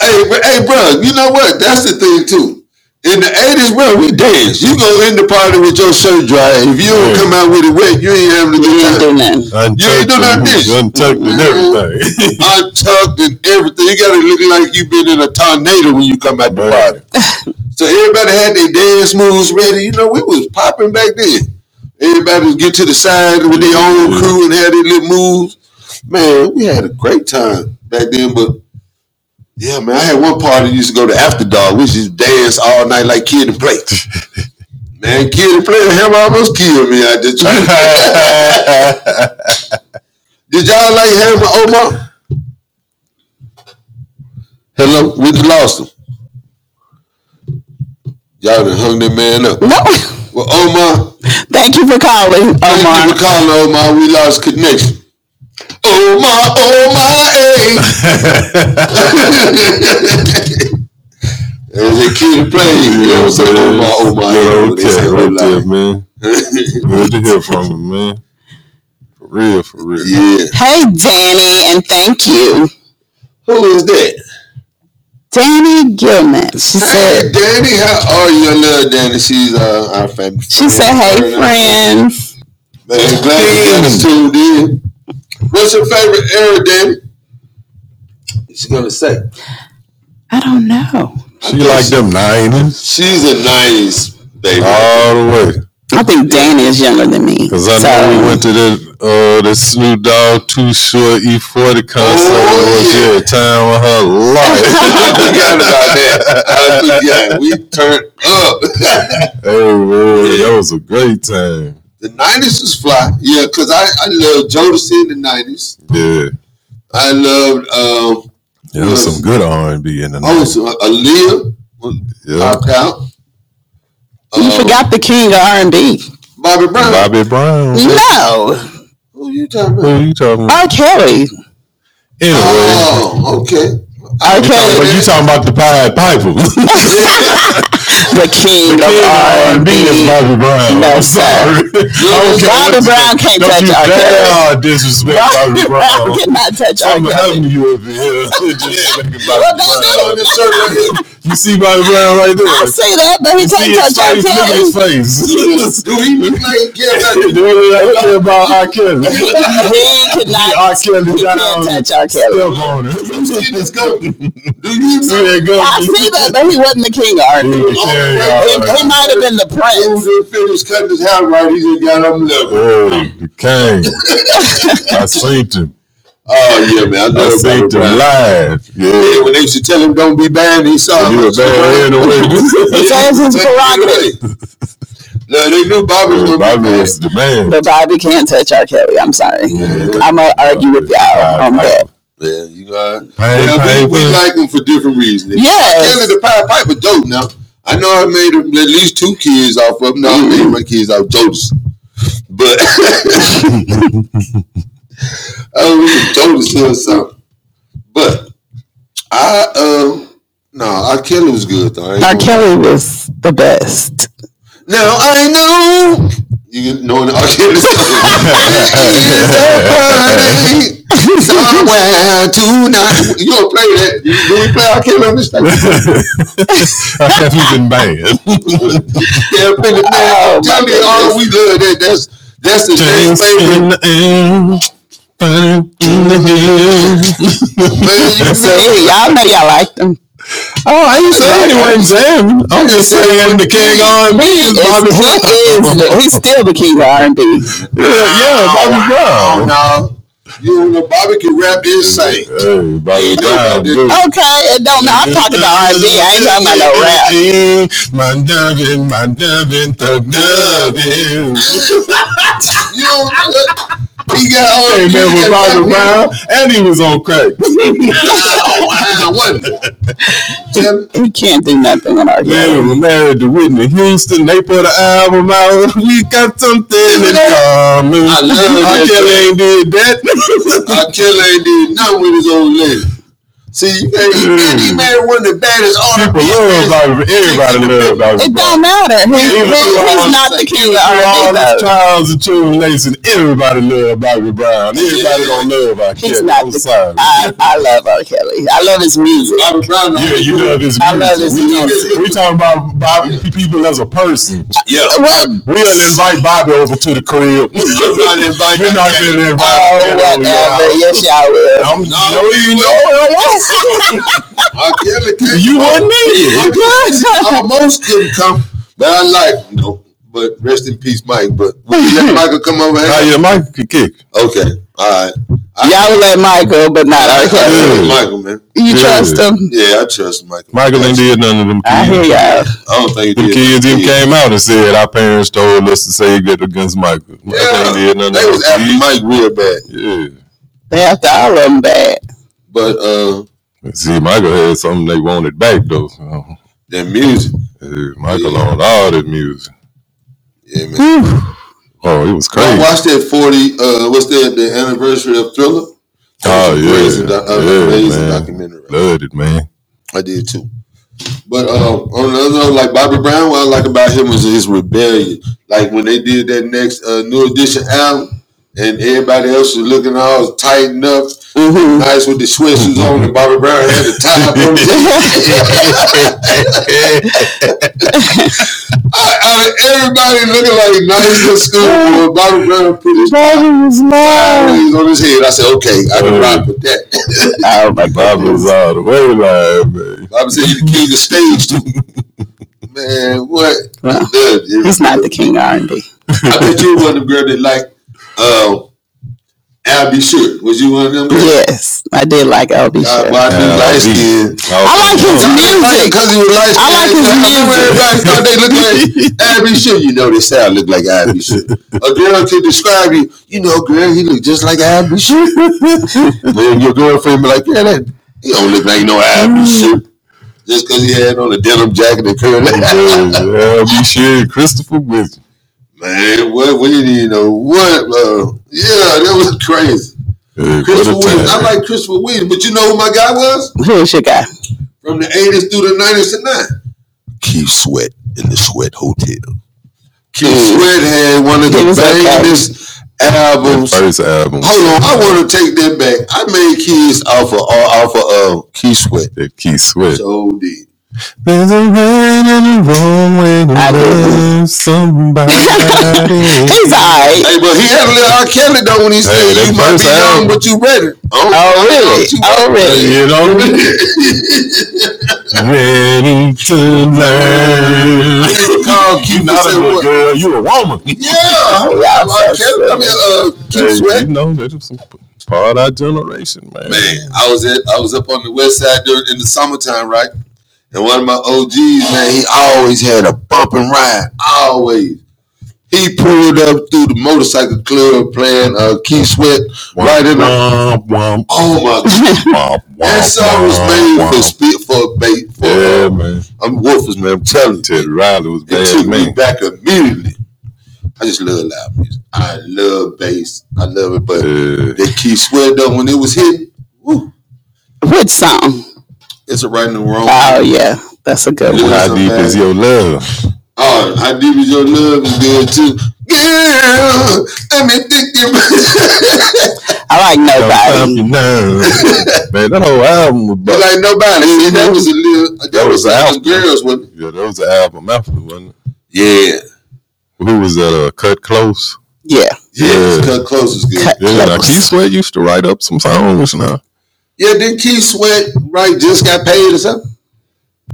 Speaker 1: Hey, br- hey, bro, you know what? That's the thing, too. In the 80s, bro, we dance. You go in the party with your shirt dry. If you don't
Speaker 3: Yeah.
Speaker 1: come out with it wet, you ain't having a
Speaker 2: You
Speaker 1: good
Speaker 2: ain't
Speaker 1: time.
Speaker 2: do nothing.
Speaker 1: You ain't do nothing.
Speaker 3: Untucked and everything. [LAUGHS]
Speaker 1: Untucked and everything. You gotta look like you been in a tornado when you come out the
Speaker 3: Right.
Speaker 1: party. So everybody had their dance moves ready. You know, we was popping back then. Everybody would get to the side with their own crew and had their little moves. Man, we had a great time back then, but yeah, man, I had one party used to go to after dog. We just dance all night like kid and play. man, kid and play, him almost killed me. I just Did y'all like him Omar? Hello, we just lost him. Y'all done hung that man up.
Speaker 2: No.
Speaker 1: Well, Omar,
Speaker 2: Thank you for calling,
Speaker 1: thank you
Speaker 2: Omar.
Speaker 1: for calling, Omar. We lost connection. Omar, Omar, hey. There's a kid playing, you know, so
Speaker 3: Oh,
Speaker 1: Omar, Omar, hey.
Speaker 3: Good
Speaker 1: They say
Speaker 3: old cat right
Speaker 1: Omar.
Speaker 3: there, man. Good to hear from him, man. For real, for real.
Speaker 1: [LAUGHS] Yeah.
Speaker 2: Hey, Danny, and thank you.
Speaker 1: Who is that?
Speaker 2: Danny Gilman. She
Speaker 1: Hey,
Speaker 2: said,
Speaker 1: Danny, how are you? I love Danny. She's uh, our family.
Speaker 2: she said, hey, friends.
Speaker 1: Man, glad you guys tuned in. What's your favorite era, Danny? She's gonna say.
Speaker 2: I don't know.
Speaker 3: She like them 90s
Speaker 1: She's a nice baby.
Speaker 3: all the way.
Speaker 2: I think Danny is younger than me.
Speaker 3: Cause I
Speaker 2: So-
Speaker 3: know we went to that uh that Snoop Dogg Too Short E Forty concert.
Speaker 1: Oh,
Speaker 3: Oh, was
Speaker 1: yeah.
Speaker 3: yeah,
Speaker 1: [LAUGHS] I forgot about that. I forgot.
Speaker 3: time with her life. [LAUGHS]
Speaker 1: We turned up. [LAUGHS]
Speaker 3: hey man, that was a great time.
Speaker 1: the nineties was fly. Yeah, cause I I love Jodeci in the nineties.
Speaker 3: Yeah,
Speaker 1: I loved um
Speaker 3: there was some good R and B in the
Speaker 1: oh
Speaker 3: night.
Speaker 1: so Aaliyah was
Speaker 3: Yeah,
Speaker 1: popped out.
Speaker 2: You
Speaker 1: Uh,
Speaker 2: forgot the king of R&B.
Speaker 1: Bobby Brown.
Speaker 3: Bobby Brown.
Speaker 2: No.
Speaker 1: Who you talking
Speaker 3: Who
Speaker 1: about?
Speaker 3: you talking about?
Speaker 2: R. Kelly.
Speaker 3: Anyway,
Speaker 1: Oh, okay.
Speaker 2: R.
Speaker 1: talking
Speaker 2: Kelly,
Speaker 3: but you talking about the Pied Piper? [LAUGHS]
Speaker 2: the king
Speaker 3: R
Speaker 2: of
Speaker 3: and B is
Speaker 2: R&B.
Speaker 3: Bobby Brown.
Speaker 2: No,
Speaker 3: I'm
Speaker 2: sir.
Speaker 3: sorry. [LAUGHS] Okay,
Speaker 2: Bobby
Speaker 3: what's
Speaker 2: Brown
Speaker 3: that?
Speaker 2: can't
Speaker 3: Don't
Speaker 2: touch
Speaker 3: you
Speaker 2: R. Kelly.
Speaker 3: dare disrespect
Speaker 2: [LAUGHS]
Speaker 3: Bobby
Speaker 2: Bobby
Speaker 3: Brown.
Speaker 2: Brown cannot touch R.
Speaker 3: I'm
Speaker 2: Kelly.
Speaker 3: having you up here. [LAUGHS] Just thinking about
Speaker 2: Well,
Speaker 3: Bobby
Speaker 2: don't
Speaker 3: Brown.
Speaker 1: on this shirt right here.
Speaker 3: You see Bobby Brown right there.
Speaker 2: I see that, but he
Speaker 3: see
Speaker 2: can't
Speaker 3: his
Speaker 2: touch R.
Speaker 3: face. Look at his
Speaker 2: Kelly. [LAUGHS]
Speaker 3: face.
Speaker 1: [LAUGHS]
Speaker 3: [LAUGHS]
Speaker 1: Do he look like he care about
Speaker 3: Dude,
Speaker 1: you?
Speaker 3: I don't care about R.
Speaker 2: [LAUGHS]
Speaker 3: Kelly.
Speaker 2: He could
Speaker 3: R.
Speaker 2: not.
Speaker 3: Kelly
Speaker 2: He can't
Speaker 3: down.
Speaker 2: touch R.
Speaker 3: Step
Speaker 2: Kelly.
Speaker 3: on
Speaker 2: [LAUGHS]
Speaker 3: it.
Speaker 1: Skin is coming. Do you
Speaker 3: See [LAUGHS] that gun?
Speaker 2: I see that, but he wasn't the king of
Speaker 3: He
Speaker 2: R&B.
Speaker 3: was
Speaker 2: He,
Speaker 3: carrying all
Speaker 2: he
Speaker 3: that.
Speaker 2: might have been the prince.
Speaker 1: Dude, finished cutting his hair right. He just got up and left.
Speaker 3: Oh, the king.
Speaker 2: [LAUGHS]
Speaker 3: I seen him.
Speaker 1: Oh yeah, man. I know
Speaker 3: I
Speaker 1: Bobby
Speaker 3: seen
Speaker 1: Brown.
Speaker 3: him live.
Speaker 1: Yeah,
Speaker 3: Yeah.
Speaker 1: when they used to tell him don't be bad, he saw
Speaker 3: You a bad head [LAUGHS] away.
Speaker 2: It's always his prerogative.
Speaker 1: No, they knew Bobby was gonna
Speaker 3: Bobby
Speaker 1: be bad.
Speaker 3: was the man.
Speaker 2: But Bobby can't touch R. Kelly. I'm sorry. I'm going to argue with y'all on that.
Speaker 1: Yeah, you got.
Speaker 3: Hey,
Speaker 1: yeah,
Speaker 3: hey,
Speaker 1: we, we
Speaker 3: hey.
Speaker 1: like him for different reasons.
Speaker 2: Yes.
Speaker 1: Kelly the Pied Piper dope now. I know I made at least two kids off of him. No,
Speaker 3: Mm-hmm.
Speaker 1: I made my kids off Jodeci, but [LAUGHS] I was Jodeci or something. But I um no, R. Kelly was good though. I ain't
Speaker 2: R.
Speaker 1: gonna-
Speaker 2: Kelly was the best.
Speaker 1: Now I know you can know the R. Kelly song. It's a party [LAUGHS] somewhere tonight. You don't play that? Do we play R. Kelly on this thing?
Speaker 3: I have been [LAUGHS] banned.
Speaker 1: Yeah, play it, man.
Speaker 2: Oh, my
Speaker 1: Tell me, all we love that. That's that's the damn
Speaker 3: James
Speaker 1: favorite.
Speaker 3: in the air, fire in the air. [LAUGHS]
Speaker 1: Man,
Speaker 2: See, y'all know y'all liked him.
Speaker 3: Oh, I ain't saying he wasn't jamming. I'm just saying the king on me is
Speaker 2: He
Speaker 3: Bobby
Speaker 2: is, he
Speaker 3: Brown.
Speaker 2: is the- he's still the king of R&B.
Speaker 3: Yeah, yeah, Bobby
Speaker 1: you
Speaker 3: Brown.
Speaker 1: know, no. You on the barbecue rap insane.
Speaker 3: Hey, by the time, dude.
Speaker 2: Okay, it don't know. I'm talking about R&B. I ain't talking about no rap.
Speaker 3: My dubbing, my dubbing, the dubbing.
Speaker 1: You don't He got all
Speaker 3: Hey, man,
Speaker 1: he
Speaker 3: was
Speaker 1: got
Speaker 3: Roger
Speaker 1: rap
Speaker 3: Brown, and he was on crack.
Speaker 1: Oh, wow, wasn't it?
Speaker 2: He can't do nothing in our
Speaker 3: Man, we
Speaker 2: game.
Speaker 3: were married to Whitney Houston. They put an album out. [LAUGHS] We got something in common.
Speaker 1: I love
Speaker 3: R.
Speaker 1: that
Speaker 3: Kelly ain't
Speaker 1: [LAUGHS]
Speaker 3: did that.
Speaker 1: R. Kelly ain't did nothing with his old lady. See, you can't, and he married one of the baddest
Speaker 3: Mm. People
Speaker 1: artists.
Speaker 3: love Bobby. Everybody love Bobby.
Speaker 2: It
Speaker 3: Brown.
Speaker 2: don't matter. He, he,
Speaker 3: Even through all
Speaker 2: he's not
Speaker 1: the-
Speaker 2: the king of
Speaker 3: Through all
Speaker 2: R&B
Speaker 3: the
Speaker 2: though.
Speaker 3: trials and tribulations, everybody love Bobby Brown. Everybody don't love R.
Speaker 2: He's
Speaker 3: Kelly.
Speaker 2: not
Speaker 3: I'm
Speaker 2: the
Speaker 3: sorry.
Speaker 2: I, I love R. Kelly. I love his music.
Speaker 1: Bobby Brown. don't-
Speaker 3: Yeah, you love his music.
Speaker 2: I love his
Speaker 3: we
Speaker 2: music.
Speaker 3: Talking, we talking about Bobby people as a person.
Speaker 1: Yeah.
Speaker 2: Well,
Speaker 3: We didn't invite Bobby over to the
Speaker 1: I'm
Speaker 3: crib.
Speaker 1: not inviting
Speaker 3: We're not
Speaker 1: you.
Speaker 3: gonna invite
Speaker 2: oh,
Speaker 3: Bobby over to our
Speaker 2: whatever. Yes, y'all will. [LAUGHS] Oh,
Speaker 3: I'm
Speaker 1: No,
Speaker 3: no, you
Speaker 1: you
Speaker 3: know
Speaker 1: R. Kelly can't.
Speaker 3: you wasn't
Speaker 1: I
Speaker 3: me.
Speaker 1: couldn't- I almost couldn't come, but I like you know. But rest in peace, Mike. But will you let Michael come over
Speaker 3: Now
Speaker 1: here?
Speaker 3: your mic could kick.
Speaker 1: Okay, all right. I,
Speaker 2: [LAUGHS] Y'all will let Michael, but not R.
Speaker 1: I
Speaker 2: Kelly.
Speaker 1: trust Michael, man.
Speaker 2: You
Speaker 3: Yeah.
Speaker 2: trust him?
Speaker 1: Yeah, I trust Michael. Oh,
Speaker 3: Michael ain't did none of them
Speaker 2: I hear
Speaker 3: kids.
Speaker 2: y'all.
Speaker 1: I don't think
Speaker 3: Them
Speaker 1: he did.
Speaker 3: kids even came out and said our parents told us to say it against Michael. Michael
Speaker 1: Yeah,
Speaker 3: ain't did none of
Speaker 1: they
Speaker 3: them
Speaker 1: was after
Speaker 3: kids.
Speaker 1: Mike real bad,
Speaker 3: Yeah.
Speaker 2: They after all of them bad.
Speaker 1: but uh,
Speaker 3: See, Michael had something they wanted back though. So,
Speaker 1: their music,
Speaker 3: yeah, Michael
Speaker 1: Yeah.
Speaker 3: owned all that music.
Speaker 1: yeah, man.
Speaker 3: Oh, it was
Speaker 1: I
Speaker 3: crazy.
Speaker 1: watched that forty. Uh, what's that? The anniversary of Thriller. That
Speaker 3: Oh
Speaker 1: was
Speaker 3: yeah,
Speaker 1: amazing, doc- uh, amazing
Speaker 3: yeah, man.
Speaker 1: documentary.
Speaker 3: Loved it, man.
Speaker 1: I did too. But uh, on the other note, like Bobby Brown, what I like about him was his rebellion. Like when they did that next uh, New Edition album, and everybody else was looking all tightened up, nice with the sweatshirts on, and Bobby Brown had the tie up on I, I, everybody looking like nice little school. Bobby Brown put
Speaker 2: [LAUGHS]
Speaker 1: his eyes on his head. I said, okay, I can rock with that. [LAUGHS]
Speaker 2: Oh my
Speaker 3: Bobby was all the way live, man.
Speaker 1: Bobby said, you the king of stage, too. [LAUGHS] Man, what?
Speaker 2: Well,
Speaker 1: Dude, it-
Speaker 2: He's not the king of R&B.
Speaker 1: I bet you one of them girls that like um Abby Shook. Was you one of them? girls?
Speaker 2: Yes, I did like LB
Speaker 1: I,
Speaker 2: Sure.
Speaker 1: well, I knew
Speaker 3: Al
Speaker 1: light
Speaker 3: B.
Speaker 1: skin.
Speaker 2: I like his music.
Speaker 1: Because he was light
Speaker 2: I like his
Speaker 1: Everybody thought they looked at Abby Shook. You know, they sound look like Abby Shook. A girl could describe you, you know, girl, he look just like Abby Shook. then your girlfriend be like, yeah, that, he don't look like no
Speaker 2: Mm.
Speaker 1: Abby Shook. Just because he had on a denim jacket and curly hair.
Speaker 2: Mm-hmm.
Speaker 3: Yeah, be sure Christopher with
Speaker 1: [LAUGHS] Man, what, we didn't even know what, uh, yeah, that was crazy.
Speaker 3: yeah, what a
Speaker 1: Christopher Williams. I
Speaker 3: time.
Speaker 1: like Christopher Williams, but you know who my guy was?
Speaker 2: Who's your guy?
Speaker 1: From the 80s through the 90s to now. Keith Sweat in the Sweat Hotel. Keith Sweat had one of the
Speaker 2: He was okay.
Speaker 1: bangest albums.
Speaker 3: First album.
Speaker 1: Hold on, I want to take that back. I made keys off of, uh, off of uh, Keith Sweat.
Speaker 3: That Keith Sweat.
Speaker 1: So did.
Speaker 3: There's a rain in the room when
Speaker 2: I do.
Speaker 3: love somebody. hey,
Speaker 2: He's alright.
Speaker 1: Hey, but he had a little R. Kelly though when he said,
Speaker 3: that
Speaker 1: You might
Speaker 3: first
Speaker 1: be young,
Speaker 3: album.
Speaker 1: but you ready.
Speaker 2: Oh really?
Speaker 1: too
Speaker 2: Oh really?
Speaker 3: [LAUGHS] You know, ready to learn.
Speaker 1: Carl Keith
Speaker 3: Not a
Speaker 1: said,
Speaker 3: good
Speaker 1: what?
Speaker 3: girl, you a woman.
Speaker 1: Yeah, R. Kelly. I mean, uh, Keith
Speaker 3: Hey,
Speaker 1: Sweat.
Speaker 3: you know, that was part of our generation, man.
Speaker 1: Man, I was at I was up on the west side during in the summertime, right? And one of my OGs, man, he always had a bumping ride. Always. He pulled up through the motorcycle club playing uh Keith Sweat right in the
Speaker 3: Womp, womp,
Speaker 1: Oh my god.
Speaker 3: womp, womp,
Speaker 1: That song was made for
Speaker 3: womp.
Speaker 1: spit for bait for uh,
Speaker 3: Yeah, man.
Speaker 1: I'm Wolfers, man, I'm telling you.
Speaker 3: Teddy Riley was
Speaker 1: It
Speaker 3: bad,
Speaker 1: took me
Speaker 3: man.
Speaker 1: back immediately. I just love loud music. I love bass. I love it, but
Speaker 3: Yeah.
Speaker 1: that Keith Sweat though when it was hit, woo,
Speaker 2: Which song?
Speaker 1: it's a right in the wrong.
Speaker 2: Oh yeah, that's a good one.
Speaker 1: Yeah.
Speaker 3: How deep is your love?
Speaker 1: Oh, I deep is your love is good too. Girl, I'm addicted.
Speaker 2: I like
Speaker 3: Don't
Speaker 2: nobody.
Speaker 3: you know. man, that whole album was
Speaker 1: [LAUGHS] but
Speaker 3: bad.
Speaker 1: like nobody. See, that was a little. That,
Speaker 3: That
Speaker 1: was,
Speaker 3: was
Speaker 1: a
Speaker 3: out.
Speaker 1: girls one.
Speaker 3: Yeah, that was an album after, wasn't it?
Speaker 1: Yeah.
Speaker 3: Who was that? Uh, Cut Close.
Speaker 2: Yeah.
Speaker 1: Yeah,
Speaker 3: Yeah.
Speaker 1: cut close is good.
Speaker 2: Cut.
Speaker 3: Yeah, now
Speaker 2: Close.
Speaker 3: Keith Sweat used to write up some songs. Now
Speaker 1: Yeah, did Keith Sweat right just got paid or something?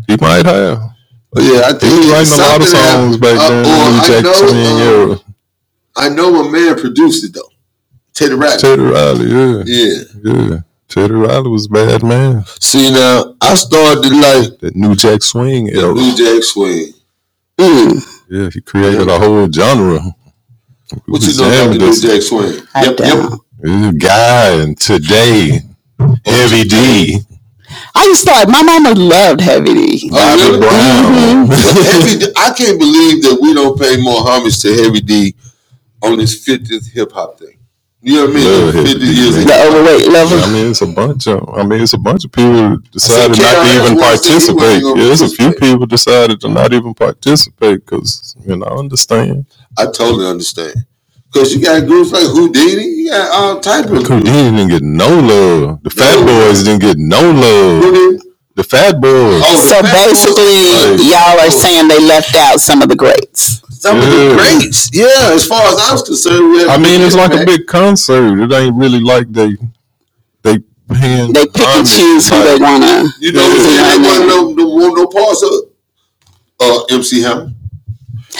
Speaker 3: he might have.
Speaker 1: Oh, yeah, I think
Speaker 3: He was writing a lot
Speaker 1: something
Speaker 3: of songs
Speaker 1: happened.
Speaker 3: back
Speaker 1: Uh,
Speaker 3: then.
Speaker 1: or
Speaker 3: Lee
Speaker 1: I know,
Speaker 3: Jackson and
Speaker 1: uh,
Speaker 3: Euro.
Speaker 1: I know my man produced it though. Teddy Riley.
Speaker 3: Teddy Riley, yeah.
Speaker 1: Yeah.
Speaker 3: Yeah. Teddy Riley was bad man.
Speaker 1: See now, I started to like
Speaker 3: That new Jack Swing
Speaker 1: the
Speaker 3: era.
Speaker 1: New Jack Swing.
Speaker 2: mm.
Speaker 3: Yeah, he created a whole genre.
Speaker 1: What you know about the New Jack Swing?
Speaker 2: I
Speaker 1: Yep, yep.
Speaker 2: don't.
Speaker 3: New Guy and Today, Heavy D,
Speaker 2: I used to like my mama loved heavy D.
Speaker 1: Oh,
Speaker 3: Bobby
Speaker 1: really? Mm-hmm.
Speaker 3: Brown. [LAUGHS]
Speaker 1: Heavy D, I can't believe that we don't pay more homage to Heavy D on this 50th hip hop thing. You know what I mean?
Speaker 3: Love Heavy
Speaker 1: 50
Speaker 3: D,
Speaker 1: years
Speaker 3: man.
Speaker 1: ago.
Speaker 2: The overweight level.
Speaker 3: I mean, it's a bunch of. I mean, it's a bunch of people decided
Speaker 1: See,
Speaker 3: not to
Speaker 1: Carolina
Speaker 3: even
Speaker 1: West said he wasn't
Speaker 3: participate.
Speaker 1: gonna
Speaker 3: Yeah, it's a few
Speaker 1: participate.
Speaker 3: people decided to not even participate because you know I understand.
Speaker 1: I totally understand. Because you got groups like Houdini, you got all type of
Speaker 3: He didn't get no love. The Fat
Speaker 1: No.
Speaker 3: Boys didn't get no love.
Speaker 1: Houdini.
Speaker 3: The Fat Boys.
Speaker 1: Oh,
Speaker 2: So
Speaker 1: the Fat Boys-
Speaker 2: basically, y'all are saying they left out some of the greats.
Speaker 1: some of
Speaker 3: Yeah.
Speaker 1: the greats. Yeah, as far as I'm concerned, we have
Speaker 3: I mean, it's like a
Speaker 1: Mac.
Speaker 3: big concert. It ain't really like they they paying.
Speaker 2: They pick and
Speaker 3: homage.
Speaker 2: choose who they
Speaker 3: Like,
Speaker 2: wanna.
Speaker 1: You know what I'm saying? They wasn't no, no, want no parts of uh, MC Hammer.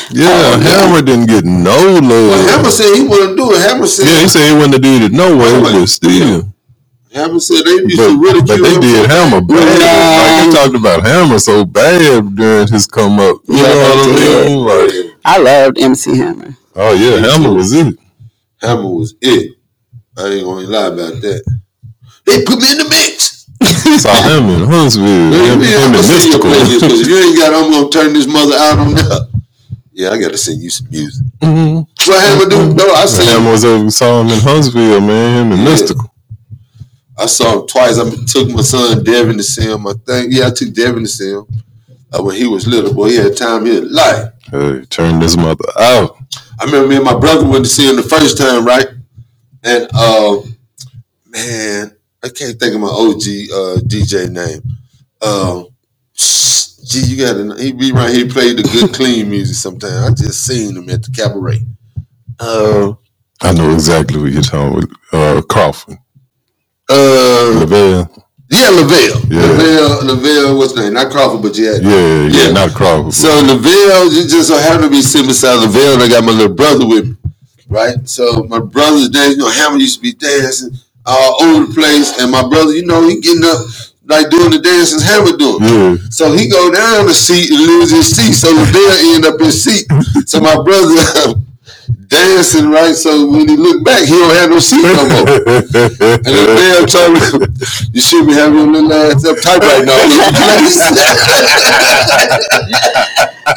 Speaker 3: Yeah, Hammer didn't get no
Speaker 1: Well,
Speaker 3: love.
Speaker 1: Hammer said he wouldn't do it. Hammer said,
Speaker 3: Yeah, he said he wasn't the dude that no way,
Speaker 1: Hammer.
Speaker 3: but still.
Speaker 1: Hammer said they used to
Speaker 3: But,
Speaker 1: ridicule
Speaker 3: but they
Speaker 1: him.
Speaker 3: did Hammer bad. Like,
Speaker 2: Yeah.
Speaker 3: they talked about Hammer so bad during his come up. You
Speaker 2: Yeah,
Speaker 3: know what
Speaker 2: they
Speaker 3: I
Speaker 2: did.
Speaker 3: mean? Like,
Speaker 2: I loved MC Hammer.
Speaker 3: oh, yeah, Hammer was it.
Speaker 1: Hammer was it. I ain't gonna lie about that. They put me in the mix.
Speaker 3: Saw him in Huntsville. Him,
Speaker 1: Man,
Speaker 3: him
Speaker 1: I'm
Speaker 3: and
Speaker 1: gonna send you
Speaker 3: Mystical.
Speaker 1: play this, 'cause if you ain't got, I'm gonna turn this mother out on that. Yeah, I gotta send you some music.
Speaker 3: [LAUGHS] Mhm.
Speaker 1: So Hammer do no, I seen
Speaker 3: Hammer was over, saw him in Huntsville, man. Him and
Speaker 1: Yeah.
Speaker 3: Mystical.
Speaker 1: I saw him twice. I took my son Devin to see him. I think yeah, I took Devin to see him uh, when he was little. Boy, he had time he had life.
Speaker 3: Hey, turn this mother out.
Speaker 1: I remember me and my brother went to see him the first time, right? And uh, man, I can't think of my OG uh, DJ name. Uh, gee, you got to he be right here played the good clean music sometimes. I just seen him at the cabaret. Uh,
Speaker 3: I know exactly what you're talking about. Uh, Crawford.
Speaker 1: uh,
Speaker 3: LaVelle.
Speaker 1: yeah, Lavelle.
Speaker 3: Yeah.
Speaker 1: Lavelle, Lavelle, what's his name? Not Crawford, but yeah.
Speaker 3: Yeah, yeah,
Speaker 1: Yeah.
Speaker 3: not Crawford. [LAUGHS]
Speaker 1: So Lavelle it just so happened to be sitting beside Lavelle, and I got my little brother with me, right? So my brother's dancing. You know, Hammer used to be dancing all over the place, and my brother, you know, he getting up like doing the dances Hammer doing.
Speaker 3: yeah.
Speaker 1: So he go down the seat and lose his seat. So Lavelle end up in seat. So my brother [LAUGHS] dancing, right? So when he look back, he don't have no seat no more.
Speaker 3: [LAUGHS]
Speaker 1: And the man told me, [LAUGHS] you should be having your little ass up tight right now.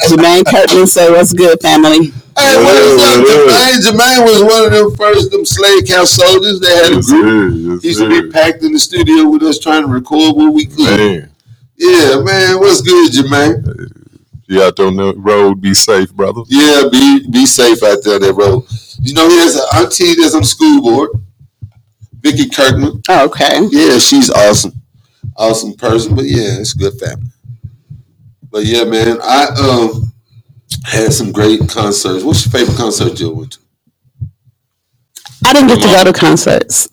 Speaker 1: [LAUGHS]
Speaker 2: Jermaine Curtin said, "What's good, family?"
Speaker 1: Hey, what is up, Jermaine? Jermaine was one of them first them slave camp soldiers. They had a
Speaker 3: Yes,
Speaker 1: group.
Speaker 3: sir, yes,
Speaker 1: He used to be
Speaker 3: sir.
Speaker 1: packed in the studio with us trying to record what we could.
Speaker 3: Man,
Speaker 1: Yeah, man, what's good, Jermaine?
Speaker 3: you out there on the road, be safe, brother.
Speaker 1: Yeah, be be safe out there, that road. You know, he has an auntie that's on the school board, Vicky Kirkman.
Speaker 2: Oh, Okay.
Speaker 1: Yeah, she's awesome, awesome person. But yeah, it's good family. But yeah, man, I um had some great concerts. What's your favorite concert you went to?
Speaker 2: I didn't get to go to concerts.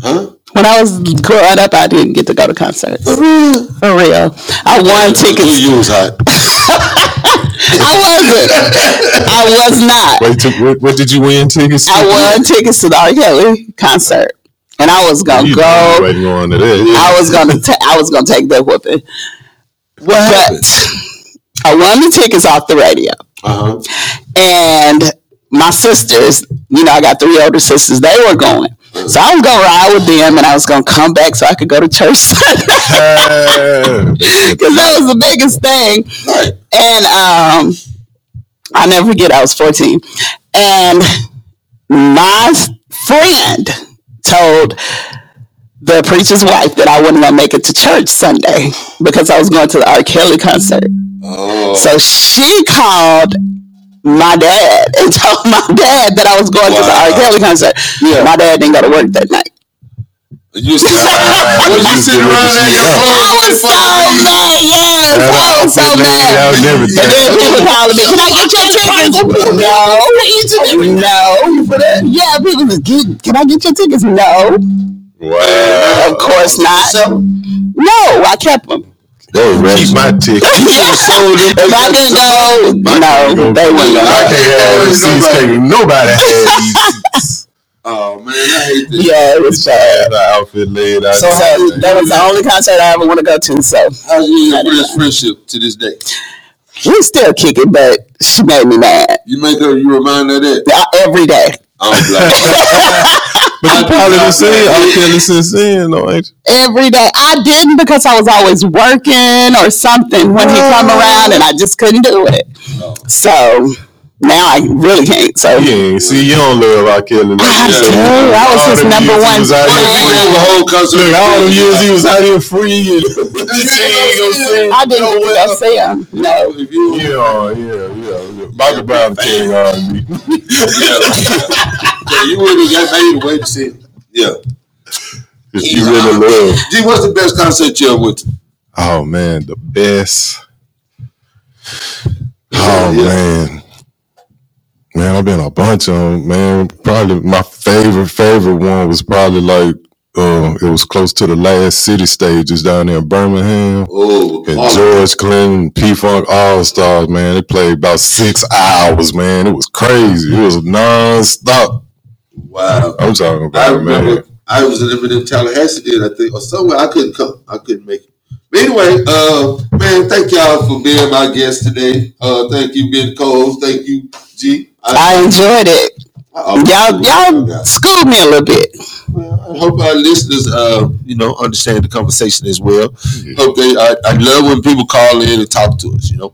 Speaker 1: Huh?
Speaker 2: When I was growing up, I didn't get to go to concerts. For real? I won tickets. [LAUGHS]
Speaker 1: You was hot.
Speaker 2: I wasn't. I was not.
Speaker 3: Wait, to, what, what did you win tickets? to?
Speaker 2: I won tickets to the R. Kelly concert, and I was gonna
Speaker 3: You
Speaker 2: go.
Speaker 3: know you ain't going to that.
Speaker 2: Oh, I was gonna ta- I was gonna take that whooping. But I won the tickets off the radio.
Speaker 1: Uh huh.
Speaker 2: And my sisters, you know, I got three older sisters, they were going. So I was gonna ride with them and I was gonna come back so I could go to church [LAUGHS] Sunday. [LAUGHS] Cause that was the biggest thing.
Speaker 1: Right.
Speaker 2: And um I never forget I was 14. And my friend told the preacher's wife that I wasn't gonna make it to church Sunday because I was going to the R. Kelly concert.
Speaker 1: Oh.
Speaker 2: So she called my dad and [LAUGHS] told my dad that I was going to the
Speaker 1: Wow.
Speaker 2: R. Kelly concert.
Speaker 1: Yeah.
Speaker 2: My dad didn't go to work that night.
Speaker 1: You was sitting around, what you sitting around there, your
Speaker 3: [LAUGHS]
Speaker 2: I
Speaker 3: Oh,
Speaker 1: clothes
Speaker 2: was so mad, yes, I was so
Speaker 3: Out
Speaker 2: mad.
Speaker 3: and
Speaker 2: [LAUGHS] And
Speaker 3: everything.
Speaker 2: then people calling me, can I get your tickets? No. No. Yeah, people was, "Can- can I get your tickets? No.
Speaker 3: Wow.
Speaker 2: Of course not. No, I kept [LAUGHS] them.
Speaker 3: Yo, keep my
Speaker 2: [LAUGHS]
Speaker 3: ticket.
Speaker 2: If I didn't go, no, they wouldn't go.
Speaker 3: I can't have these seats. Can't nobody have these seats.
Speaker 1: Oh man, I hate this.
Speaker 2: Yeah, it was bad.
Speaker 3: Had her outfit laid out.
Speaker 1: So-
Speaker 2: So that was the only concert I ever want to go to. So
Speaker 1: How's your best friendship to this day?
Speaker 2: we still kick it, but she made me mad
Speaker 1: You make her, you remind her of that.
Speaker 2: I- every day.
Speaker 1: I'm
Speaker 3: [LAUGHS]
Speaker 1: black.
Speaker 3: but you probably done seen R. Kelly since then, though, ain't you?
Speaker 2: Every day. I didn't because I was always working or something when he come around and I just couldn't do it. So now I really can't. So
Speaker 3: Yeah, see, you don't love R. Kelly. Like
Speaker 2: Oh. I
Speaker 3: that.
Speaker 2: do. I was
Speaker 3: All
Speaker 2: his
Speaker 3: them
Speaker 2: number
Speaker 3: years he
Speaker 2: one
Speaker 3: was out
Speaker 1: We
Speaker 2: fan.
Speaker 3: here free.
Speaker 1: have a whole concert.
Speaker 3: Look, all them years he was out here free. [LAUGHS] You
Speaker 2: I didn't really go see him. No.
Speaker 1: If you, yeah.
Speaker 3: Yeah, yeah, yeah. Michael Brown king R&B.
Speaker 1: yeah, you really got made to wait to see. him. Yeah.
Speaker 3: If you really love.
Speaker 1: Gee, what's the best concert you ever went to?
Speaker 3: Oh man, the best. Oh
Speaker 1: Yeah.
Speaker 3: man. Man, I've been a bunch of them, man. Probably my favorite, favorite one was probably like uh it was close to the last city stages down there in Birmingham.
Speaker 1: Oh,
Speaker 3: And
Speaker 1: Marlon.
Speaker 3: George Clinton, P Funk All Stars, man. They played about six hours, man. It was crazy. It was non-stop.
Speaker 1: wow.
Speaker 3: I'm talking
Speaker 1: I
Speaker 3: about,
Speaker 1: remember
Speaker 3: man.
Speaker 1: I was living in Tallahassee then, I think, or somewhere. I couldn't come. I couldn't make it. But anyway, uh, man, thank y'all for being my guest today. Uh, thank you, Ben Coles. Thank you, G.
Speaker 2: I enjoyed it.
Speaker 1: I-
Speaker 2: Y'all y'all schooled me a little bit.
Speaker 1: Well, I hope our listeners, uh, you know, understand the conversation as well. Hope they. I, I love when people call in and talk to us. You know,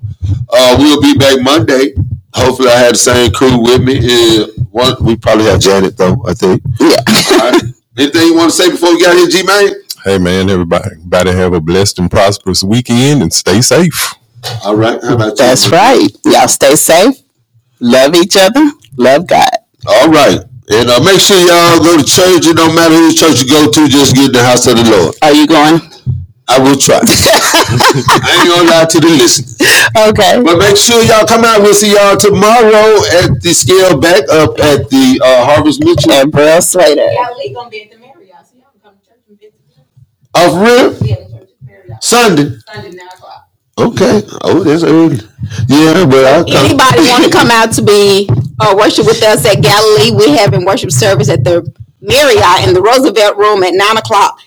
Speaker 1: uh, we'll be back Monday. Hopefully, I had the same crew with me. Uh, one, we probably have Janet though. I think.
Speaker 2: Yeah.
Speaker 1: All right. Anything you want to say before we get out of here, G man?
Speaker 3: Hey man, everybody, everybody have a blessed and prosperous weekend and stay safe.
Speaker 1: All right. How about you?
Speaker 2: That's right. Y'all stay safe. Love each other. Love God.
Speaker 1: All right. And uh, make sure y'all go to church. It don't matter whose church you go to. Just get in the house of the Lord.
Speaker 2: Are you going?
Speaker 1: I will try. [LAUGHS] I ain't gonna lie to the listeners.
Speaker 2: Okay.
Speaker 1: But make sure y'all come out. We'll see y'all tomorrow at the scale back up at the uh, Harvest Mitchell.
Speaker 2: And Brell Slater.
Speaker 5: Golly, gonna be at the Marriott, so y'all can come to church and visit.
Speaker 1: Off real
Speaker 5: We have a church at the Marriott,
Speaker 1: Sunday.
Speaker 5: Sunday, nine o'clock.
Speaker 1: Okay. Oh, that's early. Yeah, but I come.
Speaker 8: Anybody want to come out to be uh, worship with us at Galilee? We're having worship service at the Marriott in the Roosevelt Room at nine o'clock.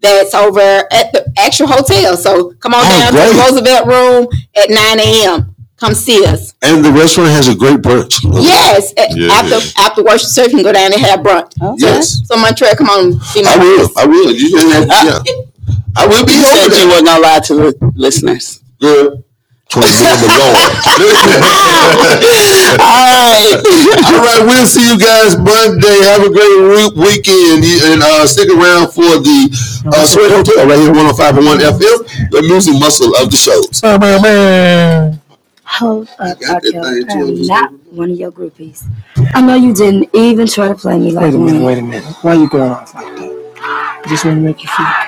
Speaker 8: That's over at the actual hotel. So come on
Speaker 1: Oh,
Speaker 8: down to
Speaker 1: great.
Speaker 8: the Roosevelt Room at nine a.m. Come see us.
Speaker 1: And the restaurant has a great brunch.
Speaker 8: Yes, a-
Speaker 3: Yeah.
Speaker 8: after after worship service, you can go down and have brunch.
Speaker 1: Yes.
Speaker 8: So Montreal, come on, be my
Speaker 1: I will.
Speaker 8: guest.
Speaker 1: I will. You just have to, yeah. I will be
Speaker 2: You
Speaker 1: over
Speaker 2: said you
Speaker 1: there.
Speaker 2: were not allowed to the listeners.
Speaker 1: Girl.
Speaker 3: Towards the end of the Lord.
Speaker 2: All right.
Speaker 1: [LAUGHS] All right, we'll see you guys Monday. Have a great week- weekend and uh, stick around for the uh, Sweat Hotel right here, 105.1 FM, the music muscle of the shows.
Speaker 9: Hold
Speaker 1: got
Speaker 9: up,
Speaker 1: that
Speaker 9: Raquel.
Speaker 1: thing
Speaker 9: I
Speaker 1: too,
Speaker 9: am not one of your groupies. I know you didn't even try to play me like
Speaker 10: Wait a minute,
Speaker 9: one.
Speaker 10: wait a minute. Why are you going off like that? Just want to make you feel